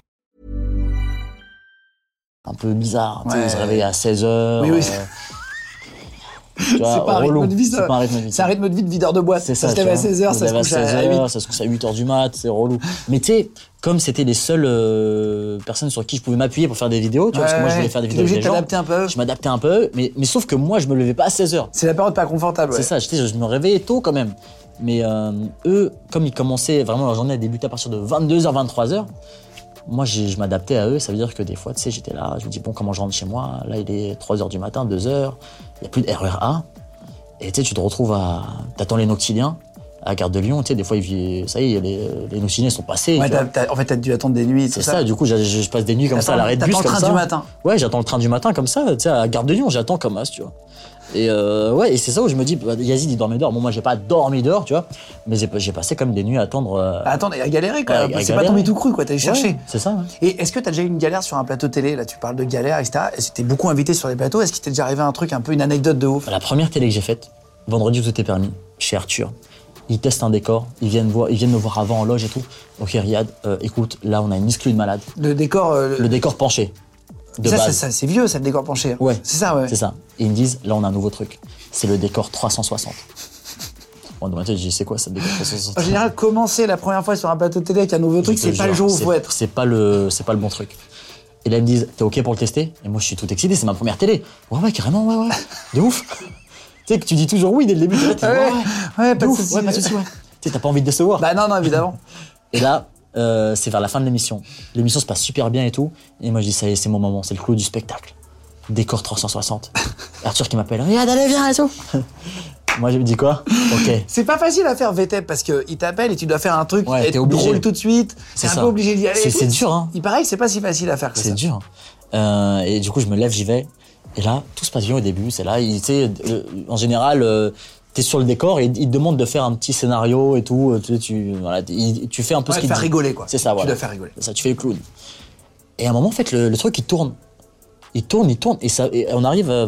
D: un peu bizarre. tu sais,
C: Ouais.
D: Ils se réveillaient à 16h.
C: Oui, oui.
D: Tu vois,
C: c'est pas un
D: relou.
C: rythme de vie, ça.
D: C'est euh, pas un rythme de vie.
C: C'est un rythme de vie de videur de boîte.
D: C'est ça.
C: se
D: tu
C: lève à
D: vois.
C: 16h, ça se
D: lève à
C: couche à
D: 16h,
C: 8h.
D: ça se couche à 8h du mat, c'est relou. Mais tu sais, comme c'était les seules euh, personnes sur qui je pouvais m'appuyer pour faire des vidéos, tu vois, parce que moi je voulais faire des vidéos
C: T'es
D: avec
C: obligé
D: des
C: de
D: gens,
C: t'adapter un peu.
D: je m'adaptais un peu, mais, mais sauf que moi je me levais pas à 16h.
C: C'est la période pas confortable.
D: C'est
C: ouais.
D: ça, je, je me réveillais tôt quand même. Mais euh, eux, comme ils commençaient vraiment leur journée à débuter à partir de 22h, 23h, moi j'ai- je m'adaptais à eux. Ça veut dire que des fois, tu sais, j'étais là, je me dis, bon, comment je rentre chez moi Là, il est 3h du matin, 2h, il n'y a plus de RERA. Et tu sais, tu te retrouves à. T'attends les noctiliens à la gare de Lyon, tu sais, des fois, ils, ça y est, les, les noctiliens sont passés.
C: Ouais,
D: tu vois.
C: t'as- t'as- en fait, t'as dû attendre des nuits.
D: C'est
C: tout
D: ça, du coup, je, je- je passe des nuits comme ça à l'arrêt de bus.
C: T'attends le
D: comme
C: train
D: ça.
C: du matin.
D: Ouais, j'attends le train du matin comme ça, tu sais, à Gare de Lyon, j'attends comme as, tu vois. Et euh, ouais, et c'est ça où je me dis, bah, Yazid, il dormait dehors. Bon, moi, j'ai pas dormi dehors, tu vois, mais j'ai j'ai passé comme des nuits à attendre. euh,
C: Bah, Attends, et à galérer
D: Ouais,
C: quoi.
D: à
C: C'est pas
D: galérer.
C: tombé tout cru quoi, t'as allé
D: ouais,
C: chercher.
D: C'est ça, ouais.
C: Et est-ce que t'as déjà eu une galère sur un plateau télé Là, tu parles de galère, etc. Est-ce que t'es beaucoup invité sur les plateaux Est-ce qu'il t'est déjà arrivé un truc, un peu une anecdote de ouf
D: La première télé que j'ai faite, vendredi, tout est permis, chez Arthur. Ils testent un décor, ils viennent, voir, ils viennent me voir avant en loge et tout. Ok, Riyad, euh, écoute, là, on a une exclue de malade.
C: Le décor. euh,
D: Le décor penché. De
C: ça, ça,
D: base.
C: ça, c'est vieux, ça, le décor penché.
D: Ouais.
C: C'est ça, ouais.
D: C'est ça. Et ils me disent, là, on a un nouveau truc. C'est le décor 360. Bon, dans ma tête, je dis, c'est quoi ça, le décor 360
C: En général, commencer la première fois sur un plateau télé avec un nouveau truc,
D: Je te
C: c'est pas le
D: jure,
C: jour où
D: c'est-
C: faut être.
D: C'est pas le, c'est pas le bon truc. Et là, ils me disent, t'es OK pour le tester Et moi, je suis tout excité, c'est ma première télé. Ouais, ouais, carrément, ouais, ouais. De ouf. [laughs] tu sais que tu dis toujours oui dès le début. t'es là, t'es,
C: Ouais,
D: ouais,
C: ouais, pas
D: de
C: de
D: ouf,
C: souci.
D: ouais, pas de souci, ouais. Tu sais, t'as pas envie de décevoir.
C: Bah non, non,
D: [laughs]
C: évidemment.
D: Et là, euh, c'est vers la fin de l'émission. L'émission se passe super bien et tout. Et moi, je dis, ça y est, c'est mon moment, c'est le clou du spectacle. Décor 360. Arthur qui m'appelle, regarde, allez, viens et tout. [laughs] moi, je me dis quoi Ok.
C: C'est pas facile à faire VTEP parce qu'il t'appelle et tu dois faire un truc,
D: Ouais,
C: être
D: t'es obligé.
C: drôle tout de suite. C'est un
D: ça.
C: peu obligé d'y aller.
D: C'est- c'est dur, hein.
C: Il paraît que c'est pas si facile à faire que ça.
D: C'est dur. Euh, et du coup, je me lève, j'y vais. Et là, tout se passe bien au début. C'est là, il, tu sais, euh, en général, euh, t'es sur le décor et il te demande de faire un petit scénario et tout. euh, Tu, sais, tu, voilà, il- tu fais un peu
C: Ouais,
D: ce qu'il
C: faire
D: dit.
C: rigoler, quoi.
D: C'est ça,
C: Tu
D: voilà.
C: dois faire rigoler.
D: Ça, tu fais le clown. Et à un moment, en fait, le, le truc, il tourne. Il tourne, il tourne. Et, ça, et on arrive euh,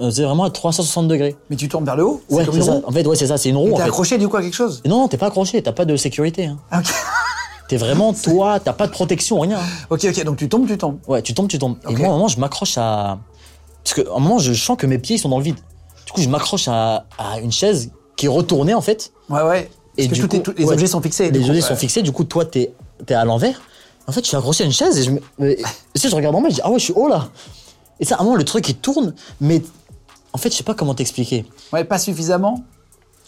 D: euh, c'est vraiment à 360 degrés.
C: Mais tu tournes vers le haut c'est
D: Ouais,
C: comme
D: c'est
C: une
D: ça.
C: roue.
D: En fait, ouais, c'est ça, c'est une roue.
C: Et
D: en
C: T'es
D: fait.
C: accroché du coup à quelque chose
D: Et Non, non, t'es pas accroché, t'as pas de sécurité. Hein.
C: Ah, ok.
D: T'es vraiment toi, t'as pas de protection, rien. hein.
C: [laughs] ok, ok, donc tu tombes, tu tombes.
D: Ouais, tu tombes, tu tombes.
C: Ok.
D: Et moi, à un moment, je m'accroche à. Parce qu'à un moment, je sens que mes pieds ils sont dans le vide. Du coup, je m'accroche à, à une chaise qui est retournée, en fait.
C: Ouais, ouais. Parce
D: Et
C: que
D: du
C: tout est-
D: coup,
C: tout- les
D: ouais,
C: objets sont fixés.
D: Les
C: du coup,
D: objets
C: ouais.
D: sont fixés, du coup, toi, t'es es à l'envers. En fait, je suis accroché à une chaise et je, me-
C: [laughs]
D: et- et si je regarde en bas, je dis Ah ouais, je suis haut là. Et ça, à un moment, le truc, il tourne, mais. En fait, je sais pas comment t'expliquer.
C: Ouais, pas suffisamment.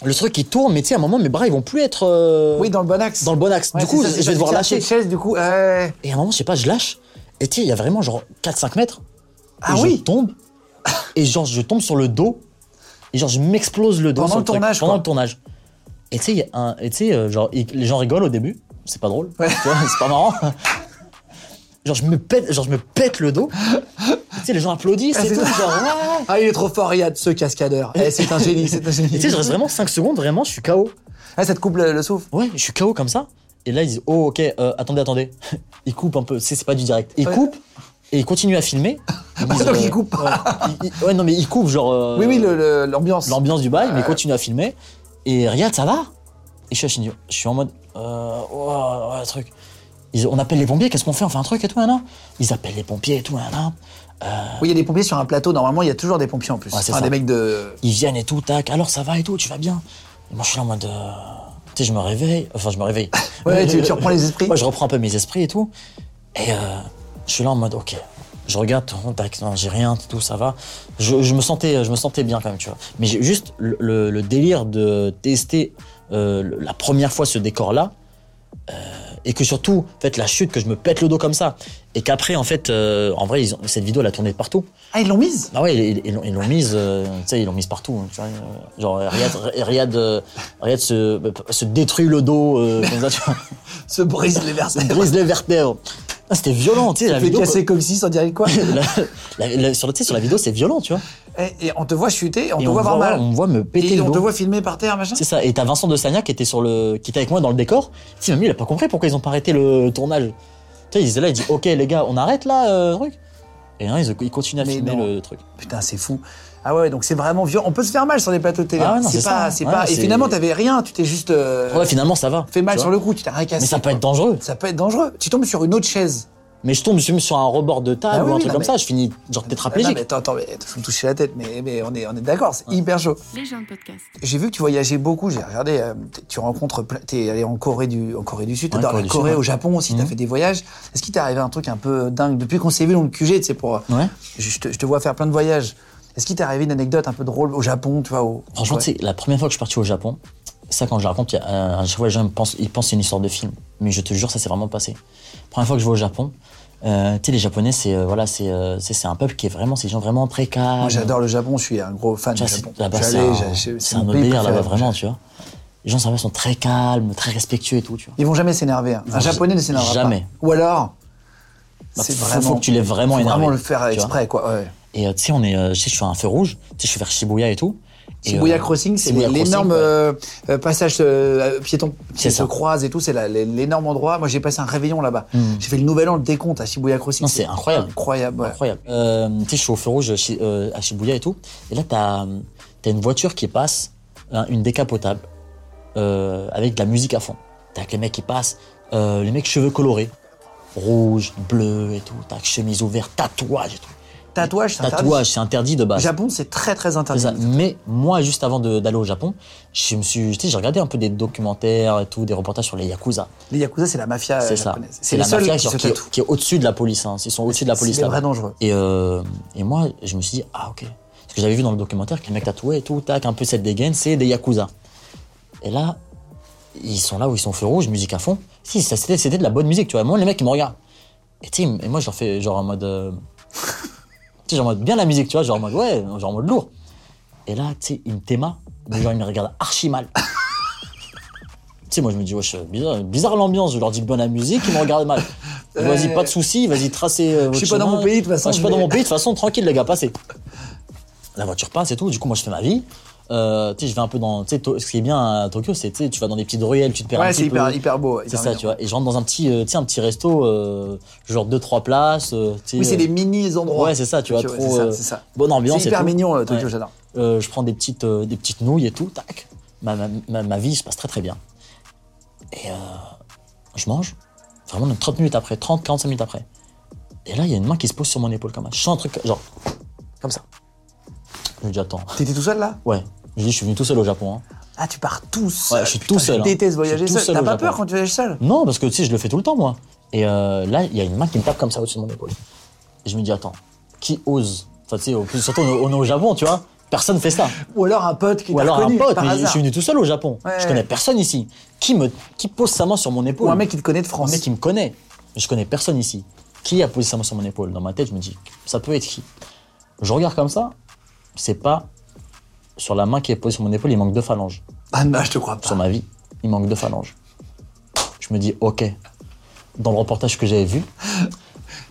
D: Le truc, il tourne, mais tu sais, à un moment, mes bras, ils vont plus être. euh,
C: Oui, dans le bon axe.
D: dans le bon axe.
C: Ouais,
D: du
C: c'est
D: coup,
C: ça,
D: je-
C: c'est
D: je
C: pas
D: vais devoir
C: fixé à
D: lâcher.
C: cette chaise, du coup. ouais.
D: Et à un moment, je sais pas, je lâche. Et tu sais, il y a vraiment genre 4-5 mètres.
C: Ah
D: et
C: oui.
D: Je tombe. Et genre, je tombe sur le dos. Et genre, je m'explose le dos.
C: Pendant
D: sur
C: le
D: truc,
C: tournage,
D: Pendant
C: quoi.
D: le tournage. Et tu sais, il y a un- et tu sais, euh, genre, ils- les gens rigolent au début. C'est pas drôle. Tu vois, C'est pas marrant. Genre je, me pète, genre, je me pète le dos. Tu sais, les gens applaudissent et
C: c'est
D: tout.
C: ça.
D: genre, ouais.
C: Ah, il est trop fort, Riyad, ce cascadeur. Eh, c'est un génie, c'est un génie.
D: Et [laughs] tu sais, je reste vraiment 5 secondes, vraiment, je suis KO.
C: Ah, ça te coupe le, le souffle.
D: Ouais, je suis KO comme ça. Et là, ils disent Oh, ok, euh, attendez, attendez. [laughs] ils coupent un peu. C'est c'est pas du direct. Ils
C: Ouais.
D: coupent et ils continuent à filmer. Ils
C: [laughs]
D: disent, euh,
C: donc ils coupent pas.
D: Ouais, Ils- ils- ouais, non, mais ils coupent, genre. euh,
C: oui, oui, le- le- l'ambiance.
D: L'ambiance du bail, mais ils continuent à filmer. Et Riyad, ça va Et je suis, à Shinji, je suis en mode euh, Ouah, ouais, truc. Ils- on appelle les pompiers, qu'est-ce qu'on fait On fait un truc et tout, un Ils appellent les pompiers et tout, un
C: Oui, il y a des pompiers sur un plateau. Normalement, il y a toujours des pompiers en plus.
D: Ouais, c'est
C: Enfin,
D: ça.
C: des mecs de.
D: Ils viennent et tout, tac, alors ça va et tout, tu vas bien Et moi, je suis là en mode. euh, tu sais, je me réveille. Enfin, je me réveille.
C: [laughs] Ouais,
D: [laughs]
C: tu- tu reprends les esprits.
D: Moi, je reprends un peu mes esprits et tout. Et euh, je suis là en mode, ok. Je regarde, oh, tac, non, j'ai rien, tout, ça va. Je, je me sentais, je me sentais bien quand même, tu vois. Mais j'ai juste le, le- le délire de tester euh, le- la première fois ce décor-là. euh, et que surtout, en fait, la chute, que je me pète le dos comme ça. Et qu'après, en fait, euh, en vrai, ils ont- cette vidéo, elle a tourné de partout.
C: Ah, ils l'ont mise
D: Ah ouais, ils- ils ils l'ont- ils l'ont mise, euh, tu sais, ils l'ont mise partout. hein, tu vois, euh, genre euh, Riyad, Riyad, euh, Riyad se, se détruit le dos, euh, comme ça, tu vois,
C: Se brise les [laughs]
D: se
C: versements.
D: brise les vertèbres. Ah, C'était violent, tu sais, la
C: Tu fais
D: vidéo.
C: casser comme si, sans dire
D: [laughs]
C: quoi.
D: quoi. La- la- la- sur, le- tu sais, sur la vidéo, c'est violent, tu vois.
C: Eh, et, et on te voit chuter, et on
D: Et
C: te
D: on
C: voit avoir
D: voit-
C: mal.
D: on voit me péter
C: Et
D: le
C: on
D: dos.
C: te voit filmer par terre, machin.
D: C'est ça. Et t'as Vincent de Sagna qui était sur le, qui était avec moi dans le décor. Si même lui, il a pas compris pourquoi ils ont pas arrêté le tournage. Tu sais, ils étaient là, ils disent, ok les gars, on arrête là, euh, truc. Et non, ils, ils continuent à
C: Mais
D: filmer
C: non.
D: le truc.
C: Putain, c'est fou. Ah ouais, donc c'est vraiment violent. On peut se faire mal sur les plateaux de télé.
D: Ah ouais, non,
C: c'est
D: c'est
C: pas,
D: ça.
C: c'est
D: Ouais,
C: pas. Et
D: c'est-
C: finalement, t'avais rien. Tu t'es juste euh,
D: Ouais, finalement, ça va.
C: fait mal
D: tu
C: sur
D: vois.
C: le coup. Tu t'as rien cassé.
D: Mais ça peut
C: quoi.
D: être dangereux.
C: Ça peut être dangereux. Tu tombes sur une autre chaise.
D: Mais je tombe sur sur un rebord de table
C: Bah oui,
D: ou un
C: oui,
D: truc
C: non,
D: comme
C: mais-
D: ça, je finis genre
C: Ah, Non,
D: tétraplégique.
C: mais attends, attends, mais faut me toucher la tête, mais, mais on est, on est d'accord, c'est hyper chaud.
F: Les gens de podcast.
C: J'ai vu que tu voyageais beaucoup, j'ai regardé, euh, t- tu rencontres, plein- t'es allé en Corée du, en Corée du Sud,
D: Ouais,
C: dans la
D: Corée du
C: Corée,
D: Sud, ouais. Mhm.
C: au Japon aussi, t'as fait des voyages. Est-ce qu'il t'est arrivé un truc un peu dingue depuis qu'on s'est vu dans le QG, tu sais, pour, euh,
D: Ouais.
C: je, je te, je te vois faire plein de voyages. Est-ce qu'il t'est arrivé une anecdote un peu drôle au Japon, tu vois, au,
D: Franchement,
C: ouais.
D: tu sais, la première fois que je suis parti au Japon, ça, quand je la raconte, il y a, euh, à chaque fois, les gens me pensent, ils pensent que c'est une histoire de film. Mais je te jure, ça s'est vraiment passé. Première fois que je vais au Japon, euh, tu sais, les Japonais, c'est euh, voilà, c'est euh, c'est- c'est un peuple qui est vraiment, c'est des gens vraiment très calmes.
C: Moi, j'adore le Japon, je suis un gros fan
D: Tu
C: du
D: vois, c'est-
C: Japon.
D: là-bas,
C: Je suis
D: c'est
C: allé,
D: un,
C: j'ai- j'ai-
D: c'est
C: mon
D: un autre
C: pays
D: délire
C: préféré.
D: là-bas, vraiment, tu vois. Les gens, ça sont très calmes, très respectueux et tout, tu vois.
C: Ils vont jamais s'énerver. hein. Un
D: Non,
C: Japonais ne s'énervera pas.
D: jamais.
C: Ou alors,
D: Bah,
C: c'est
D: faut-
C: vraiment.
D: faut que tu l'aies vraiment
C: faut
D: énervé,
C: Vraiment le faire
D: tu vois.
C: exprès, quoi. ouais.
D: Et euh, tu sais, on est, euh, je sais, je suis à un feu rouge, tu sais, je suis vers Shibuya et tout. Et,
C: Shibuya
D: euh,
C: Crossing, c'est
D: Shibuya Crossing,
C: l'énorme
D: ouais.
C: euh, euh, passage euh, piéton qui
D: C'est
C: se
D: ça.
C: croise et tout. C'est la- l'énorme endroit. Moi, j'ai passé un réveillon là-bas. J'ai fait le nouvel an, le décompte à Shibuya Crossing.
D: Hmm. Non, c'est incroyable.
C: Incroyable, ouais.
D: Incroyable. Euh, tu sais, je suis au feu rouge chez- euh, à Shibuya et tout. Et là, t'as as une voiture qui passe, hein, une décapotable, euh, avec de la musique à fond. T'as que les mecs qui passent, euh, les mecs cheveux colorés, rouge, bleu et tout. T'as chemise ouverte, tatouage et tout.
C: Tatouage, c'est interdit.
D: Tatouage, c'est interdit de
C: Au
D: base.
C: Japon, c'est très, très
D: C'est
C: interdit.
D: ça. Mais moi, juste avant de- d'aller au Japon, je me suis, tu sais, j'ai regardé un peu des documentaires et tout, des reportages sur les yakuza.
C: Les Yakuza, c'est la mafia euh,
D: C'est ça.
C: japonaise.
D: C'est
C: les
D: la
C: seuls
D: mafia
C: qui
D: genre,
C: se
D: qui,
C: tatouent.
D: est, qui est au-dessus de la police. hein. Ils sont au-dessus de la police
C: C'est
D: là-bas.
C: vraiment dangereux.
D: Et, euh, et moi, je me suis dit, ah ok. Parce que j'avais vu dans le documentaire que les mecs tatoués et tout, tac, un peu cette dégaine, c'est des yakuza. Et là, ils sont là où ils sont feu rouge, musique à fond. Si, ça, c'était, c'était de la bonne musique, tu vois. Moi, les mecs, ils me regardent. Et, tu sais, et moi, je leur fais genre en mode. euh, [laughs] tu sais, genre en mode bien la musique, tu vois, genre en mode ouais, genre en mode lourd. Et là, tu sais, ils me téma, mais genre, ils me regardent archi mal. [laughs] tu sais, moi, je me dis, wesh, euh, bizarre, bizarre l'ambiance. Je leur dis bonne la musique, ils me regardent mal.
C: [laughs]
D: Vas-y,
C: Ouais.
D: pas de soucis, vas-y, tracez. euh, votre
C: suis pas dans
D: chemin.
C: mon pays, de toute façon,
D: Ouais, Je suis pas
C: je
D: dans
C: vais- [laughs]
D: mon pays, de toute façon, tranquille, les gars, passez. La voiture passe et tout, du coup, moi, je fais ma vie. Euh, tu sais, je vais un peu dans. Tu sais, To- ce qui est bien à Tokyo, c'est tu sais, tu vas dans des petites ruelles, tu te perds un
C: Ouais,
D: petit
C: c'est
D: peu.
C: hyper, hyper beau.
D: C'est
C: hyper
D: ça,
C: mignon.
D: tu vois. Et je rentre dans un petit, euh, tu sais, un petit resto, euh, genre deux, trois places. euh, tu sais,
C: Oui, c'est
D: euh,
C: des mini endroits.
D: Ouais, c'est ça, tu vois,
C: Tokyo,
D: trop,
C: c'est ça,
D: euh,
C: c'est ça.
D: bonne ambiance
C: C'est
D: et
C: hyper
D: tout.
C: mignon, euh, Tokyo,
D: Ouais.
C: j'adore.
D: euh, je prends des petites, euh, des petites nouilles et tout, tac. Ma, ma, ma- ma vie se passe très très bien. Et euh, je mange, vraiment 30 minutes après, 30, 45 minutes après. Et là, il y a une main qui se pose sur mon épaule comme ça. Je sens un truc, genre, comme ça. Je me dis, attends.
C: T'étais tout seul là
D: Ouais, je dis, je suis venu tout seul au Japon. hein.
C: Ah, tu pars tout seul.
D: Ouais, je suis
C: Putain,
D: tout seul,
C: Je
D: hein.
C: déteste
D: Je suis
C: voyager
D: tout
C: seul.
D: seul
C: T'as
D: au
C: pas
D: Japon.
C: peur quand tu voyages seul
D: Non, parce que tu sais, je le fais tout le temps, moi. Et euh, là, il y a une main qui me tape comme ça au-dessus de mon épaule. Et je me dis, attends, qui ose Enfin, tu sais, au plus, surtout, on est on est au Japon, tu vois. Personne fait ça.
C: Ou alors un pote qui
D: Ou
C: t'a
D: alors un
C: reconnu
D: pote,
C: par
D: mais je- je
C: hasard.
D: suis venu tout seul au Japon.
C: Ouais,
D: Je connais
C: ouais.
D: personne ici. Qui, me, qui pose sa main sur mon épaule
C: Ou un mec qui te connaît de
D: Un
C: France.
D: mec qui me connaît. Je connais personne ici. Qui a posé sa main sur mon épaule Dans ma tête, je me dis, ça peut être qui Je regarde comme ça, c'est pas sur la main qui est posée sur mon épaule, il manque deux phalanges.
C: Ah non, je te crois
D: Sur
C: pas.
D: ma vie, il manque deux phalanges. Je me dis, ok. Dans le reportage que
C: [laughs]
D: j'avais vu,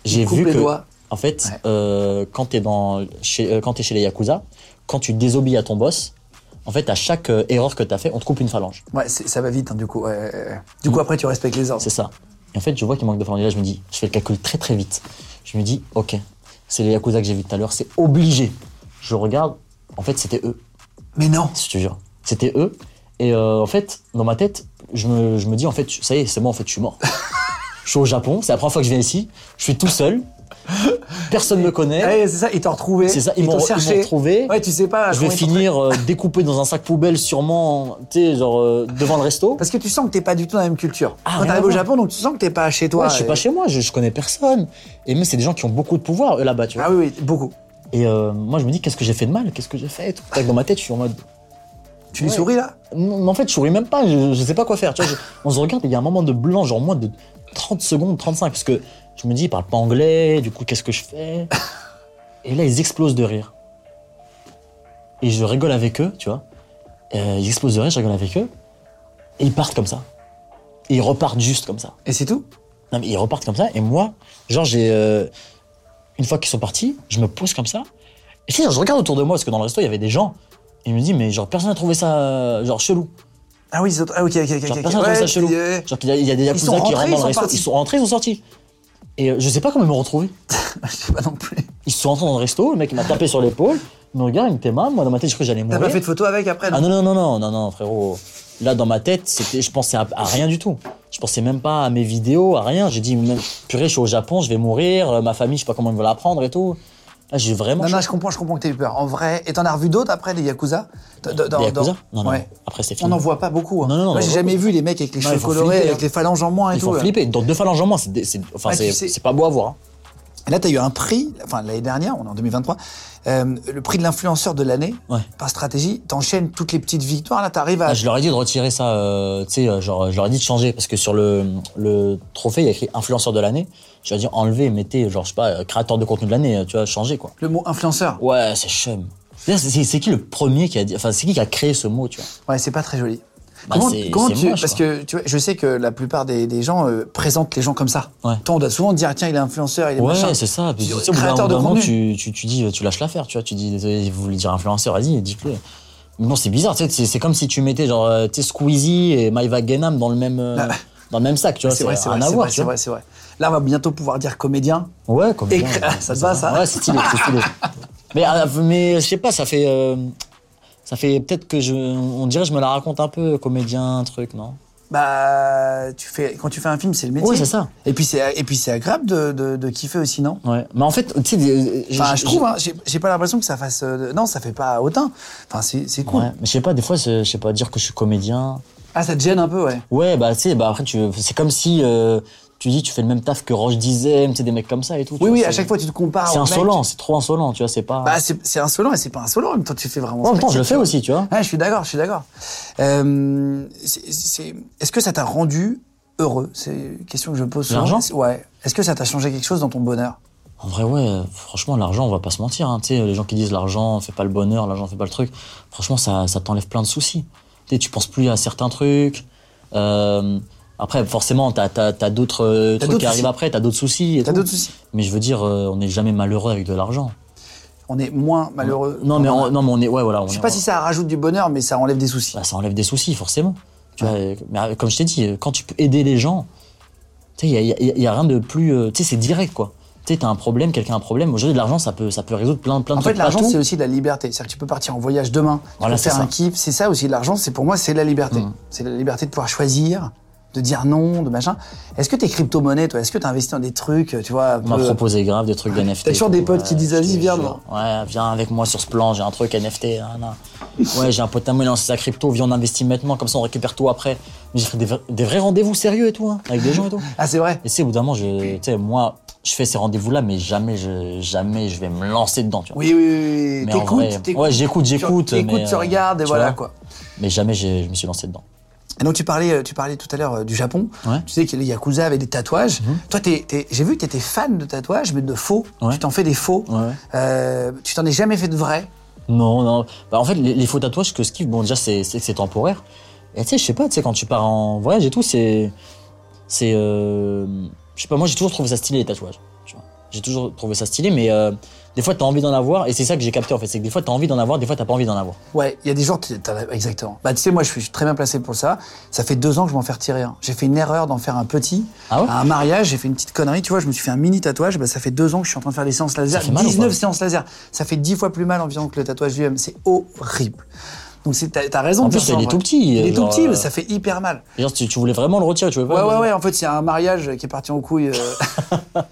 D: j'ai
C: coupe
D: vu
C: les
D: que,
C: doigts.
D: en fait, euh, quand t'es dans, chez, euh, quand t'es chez les yakuza, quand tu désobéis à ton boss, en fait, à chaque euh, erreur que t'as fait, on te coupe une phalange.
C: Ouais, c'est- ça va vite, hein, du coup. ouais, ouais, ouais. Du coup, après, tu respectes les ordres.
D: Mm. C'est ça. Et en fait, je vois qu'il manque de phalanges. Et là, je me dis, je fais le calcul très très vite. Je me dis, ok, c'est les yakuza que j'ai vu tout à l'heure, c'est obligé. Je regarde, en fait, c'était eux.
C: Mais non.
D: je te jure. C'était eux. Et euh, en fait, dans ma tête, je me, je me dis, en fait, ça y est, c'est moi, en fait, je suis mort. je suis au Japon, c'est la première fois que je viens ici, je suis tout seul, personne ne me connaît.
C: Ouais, c'est ça, ils t'ont retrouvé.
D: C'est ça, ils m'ont
C: t'ont
D: re- ils
C: cherché.
D: m'ont retrouvé.
C: Ouais, tu sais pas.
D: Je
C: comment
D: vais
C: ils t'ont
D: finir euh, découpé dans un sac poubelle, sûrement, tu sais, genre euh, devant le resto.
C: fait. Parce que tu sens que t'es pas du tout dans la même culture.
D: Ah,
C: Quand
D: rien
C: t'arrives
D: à
C: au
D: voir.
C: Japon, donc tu sens que t'es pas chez toi.
D: Ouais, je suis
C: et-
D: pas chez moi, je, je connais personne. Et même, c'est des gens qui ont beaucoup de pouvoir, eux, là-bas, tu vois.
C: Ah oui, oui, beaucoup.
D: Et euh, moi, je me dis, qu'est-ce que j'ai fait de mal Qu'est-ce que j'ai fait et tout. Tac, Dans ma tête, je suis en mode,
C: Tu lui
D: Ouais.
C: souris là
D: Non, mais en fait, je souris même pas, je, je sais pas quoi faire. Tu vois, je- on se regarde et il y a un moment de blanc, genre moins de 30 secondes, 35, parce que je me dis, ils parlent pas anglais, du coup, qu'est-ce que je fais Et là, ils explosent de rire. Et je rigole avec eux, tu vois. Euh, ils explosent de rire, je rigole avec eux. Et ils partent comme ça. Et ils repartent juste comme ça.
C: Et c'est tout
D: Non, mais ils repartent comme ça. Et moi, genre, j'ai. euh, une fois qu'ils sont partis, je me pose comme ça. Et tu sais, genre, je regarde autour de moi, parce que dans le resto, il y avait des gens. Et je me dis, mais genre, personne n'a trouvé ça, euh, genre, chelou.
C: Ah oui, ils ont. Ah, ok, ok, ok.
D: Genre,
C: ok, ok.
D: personne n'a trouvé ça
C: Ouais,
D: chelou.
C: ouais, ouais.
D: Genre, il y, a- il y a des
C: sont
D: Yakuza qui
C: rentrés,
D: rentrent dans
C: ils
D: le
C: sont
D: resto.
C: partis.
D: Ils sont rentrés, ils sont sortis. Et euh, je sais pas comment ils m'ont retrouvé.
C: [laughs] Je sais pas non plus.
D: Ils sont rentrés dans le resto, le mec il m'a tapé sur l'épaule, il me regarde, il me téma. Moi, dans ma tête, je crois que j'allais
C: T'as
D: mourir.
C: pas fait de photo avec après
D: Ah non, non, non, non, non, non, frérot. Là, dans ma tête, c'était, je pensais à, à rien du tout. Je Je pensais même pas à mes vidéos, à rien. J'ai dit, mais purée, je suis au Japon, je vais mourir, euh, ma famille, je sais pas comment ils vont l'apprendre et tout. Là, j'ai vraiment.
C: Non, non,
D: chaud.
C: je comprends, je comprends que t'aies eu peur. En vrai, et t'en as revu d'autres après, des Yakuza Dans- dans- dans-
D: Des Yakuza
C: dans-
D: Non, non.
C: Ouais.
D: Après, c'est
C: On
D: fini.
C: n'en voit pas beaucoup. hein.
D: Non, non, non,
C: Moi,
D: on
C: j'ai
D: voit
C: jamais
D: beaucoup.
C: vu les mecs avec les
D: Non,
C: cheveux
D: ils font
C: colorés,
D: flipper,
C: avec
D: hein.
C: les phalanges en moins et
D: Ils
C: tout. euh.
D: font
C: là.
D: flipper. Dans deux phalanges en moins, c'est, c'est, enfin,
C: Ouais, tu
D: c'est,
C: sais-
D: c'est pas beau à voir. hein.
C: Et là, t'as eu un prix, enfin l'année dernière, on est en 2023, euh, le prix de l'influenceur de l'année,
D: Ouais.
C: par stratégie, t'enchaînes toutes les petites victoires, là t'arrives à...
D: Ah, je leur ai dit de retirer ça, euh, tu sais, euh, genre, je leur ai dit de changer, parce que sur le, le trophée, il y a écrit influenceur de l'année. Je leur ai dit enlever, mettez, genre, je sais pas, euh, créateur de contenu de l'année, euh, tu vois, changer, quoi.
C: Le mot influenceur,
D: Ouais, c'est chum. D'ailleurs, C'est, c'est- c'est qui le premier qui a dit, enfin, c'est qui qui a créé ce mot, tu vois
C: ouais, c'est pas très joli.
D: Bah,
C: comment
D: c'est-
C: comment
D: c'est
C: tu...
D: moche,
C: parce
D: quoi.
C: que tu vois, je sais que la plupart des, des gens euh, présentent les gens comme ça.
D: Ouais.
C: Toi, on doit souvent dire, tiens, il est influenceur, il est
D: Ouais,
C: machin.
D: c'est ça. Puis, tu sais, au bout d'un-
C: créateur de
D: d'un moment,
C: contenu.
D: tu, tu, tu dis, tu lâches l'affaire, tu vois. Tu dis, désolé, vous voulez dire influenceur, vas-y, dites-le. Mais non, c'est bizarre, tu sais, c'est- c'est comme si tu mettais genre, euh, tu sais, Squeezie et Maïva Genam dans le même, euh, dans le même sac, tu vois.
C: Ah. C'est vrai, c'est
D: rien
C: vrai,
D: à
C: c'est
D: voir,
C: vrai,
D: tu
C: c'est
D: vois.
C: vrai, c'est vrai. Là, on va bientôt pouvoir dire comédien.
D: Ouais, comme
C: Et
D: bien,
C: cr-
D: [laughs] ouais,
C: ça te va, ça
D: Ouais, c'est stylé, c'est stylé. [laughs] mais, euh, mais je sais pas, ça fait, euh, ça fait peut-être que je, on dirait, que je me la raconte un peu, comédien, truc, non
C: Bah, tu fais, quand tu fais un film, c'est le métier.
D: Ouais, c'est ça.
C: Et puis c'est, et puis c'est agréable de, de, de kiffer aussi, non
D: Ouais. Mais en fait, tu sais, des- euh,
C: Enfin, je trouve, hein, j'ai j'ai pas l'impression que ça fasse. euh, non, ça fait pas hautain. Enfin, c'est c'est cool.
D: Ouais, mais je sais pas, des fois, c'est- je sais pas dire que je suis comédien.
C: Ah, ça te gêne un peu, ouais.
D: Ouais, bah tu sais, bah après tu, c'est comme si euh, tu dis tu fais le même taf que Roche Dizem, tu sais des mecs comme ça et tout. tu
C: Oui,
D: vois,
C: oui,
D: c'est-
C: à chaque fois, tu te compares.
D: C'est
C: au mec.
D: insolent, c'est trop insolent, tu vois, c'est pas.
C: Bah, c'est c'est insolent et c'est pas insolent. En même temps, tu fais vraiment.
D: en même temps,
C: ce
D: je le
C: métier,
D: fais
C: tu vois.
D: aussi, tu vois.
C: Ouais, je suis d'accord, je suis d'accord. Euh, c'est- c'est- Est-ce que ça t'a rendu heureux C'est une question que je pose souvent.
D: L'argent
C: Ouais. Est-ce que ça t'a changé quelque chose dans ton bonheur
D: En vrai, ouais, euh, franchement, l'argent, on va pas se mentir. Hein, tu sais, les gens qui disent l'argent fait pas le bonheur, l'argent fait pas le truc. Franchement, ça, ça t'enlève plein de soucis. Tu sais, tu penses plus à certains trucs. Euh, après, forcément, t'as as, d'autres euh,
C: T'as d'autres
D: trucs qui
C: soucis.
D: arrivent après, t'as d'autres soucis. et
C: T'as
D: tout.
C: d'autres soucis
D: Mais je veux dire, euh, on n'est jamais malheureux avec de l'argent.
C: On est moins malheureux.
D: Non, mais on, non, mais on est, ouais, voilà. on
C: Ah bah Je
D: est-
C: sais pas si ça rajoute du bonheur, mais ça enlève des soucis.
D: bah, ça enlève des soucis, forcément. Tu vois, euh, mais euh, comme je t'ai dit, euh, quand tu peux aider les gens, tu sais, il n'y a, y a rien de plus. euh, Tu sais, c'est direct, quoi. Tu sais, t'as un problème, quelqu'un a un problème. Aujourd'hui, de l'argent, ça peut, ça peut résoudre plein, plein de
C: En fait,
D: trucs. pas
C: l'argent,
D: tout.
C: c'est aussi de la liberté. C'est-à-dire que tu peux partir en voyage demain, tu
D: Voilà,
C: peux faire
D: c'est
C: un
D: ça. Mm.
C: kiff. C'est ça aussi, l'argent, c'est pour moi, c'est la liberté. C'est la liberté de pouvoir choisir, de dire non, de machin. Est-ce que t'es crypto-monnaie, toi Est-ce que t'as investi dans des trucs, tu vois un
D: On m'a
C: peu-
D: proposé grave des trucs d'NFT.
C: Ah, T'as toujours des potes
D: euh,
C: qui disent, vas-y, viens, non.
D: Ouais, viens avec moi sur ce plan, j'ai un truc NFT. nan, nan. hein,
C: [laughs]
D: Ouais, j'ai un pote à moi, il a lancé sa crypto, viens, on investit maintenant, comme ça on récupère tout après. Mais j'ai fait des, vra- des vrais rendez-vous sérieux et tout, hein, avec des gens et tout.
C: Ah, c'est vrai
D: Et c'est au bout d'un moment, je- tu sais, moi, je fais ces rendez-vous-là, mais jamais je, jamais je vais me lancer dedans, tu vois.
C: Oui, oui, oui, oui.
D: Mais en vrai,
C: T'écoutes, t'écoutes.
D: ouais, j'écoute,
C: Tu-
D: j'écoute, mais,
C: T'écoutes, tu
D: euh,
C: regardes, et
D: tu
C: voilà,
D: vois.
C: quoi.
D: Mais jamais j'ai- je me suis lancé dedans.
C: Et donc, tu parlais, euh, tu parlais tout à l'heure euh, du Japon.
D: Ouais. Mhm.
C: Tu sais que les Yakuza avaient des tatouages. Toi, t'es- t'es- j'ai vu que t'étais fan de tatouages, mais de faux.
D: Ouais.
C: Tu t'en fais des faux.
D: Ouais, ouais.
C: Euh, tu t'en es jamais fait de vrai.
D: Non, non. Bah, en fait, les, les faux tatouages que je kiffe, bon, déjà, c'est c'est que c'est temporaire. Et tu sais, je sais pas, tu sais, quand tu pars en voyage et tout, c'est. C'est. euh, je sais pas, moi, j'ai toujours trouvé ça stylé, les tatouages. tu vois. J'ai toujours trouvé ça stylé, mais euh, des fois, t'as envie d'en avoir, et c'est ça que j'ai capté, en fait. C'est que des fois, t'as envie d'en avoir, des fois, t'as pas envie d'en avoir.
C: Ouais, il y a des gens, t'es- t'as- exactement. Bah, tu sais, moi, je suis très bien placé pour ça. Ça fait deux ans que je m'en fais retirer un. J'ai fait une erreur d'en faire un petit.
D: Ah ouais
C: à un mariage, j'ai fait une petite connerie. Tu vois, je me suis fait un mini tatouage. Bah, ça fait deux ans que je suis en train de faire des séances laser.
D: fait mal ou
C: 19
D: pas
C: séances laser. Ça fait dix fois plus mal environ que le tatouage lui-même. C'est horrible. Donc, c'est- t'as t'as raison.
D: En
C: de dire
D: plus,
C: ça,
D: il est
C: vrai.
D: tout petit,
C: Il est
D: genre,
C: tout petit, mais
D: euh,
C: ça fait hyper mal.
D: Genre, tu, tu voulais vraiment le retirer, tu veux
C: Ouais,
D: pas
C: ouais, ouais. En fait, c'est un mariage qui est parti en couille.
D: [laughs]
C: euh.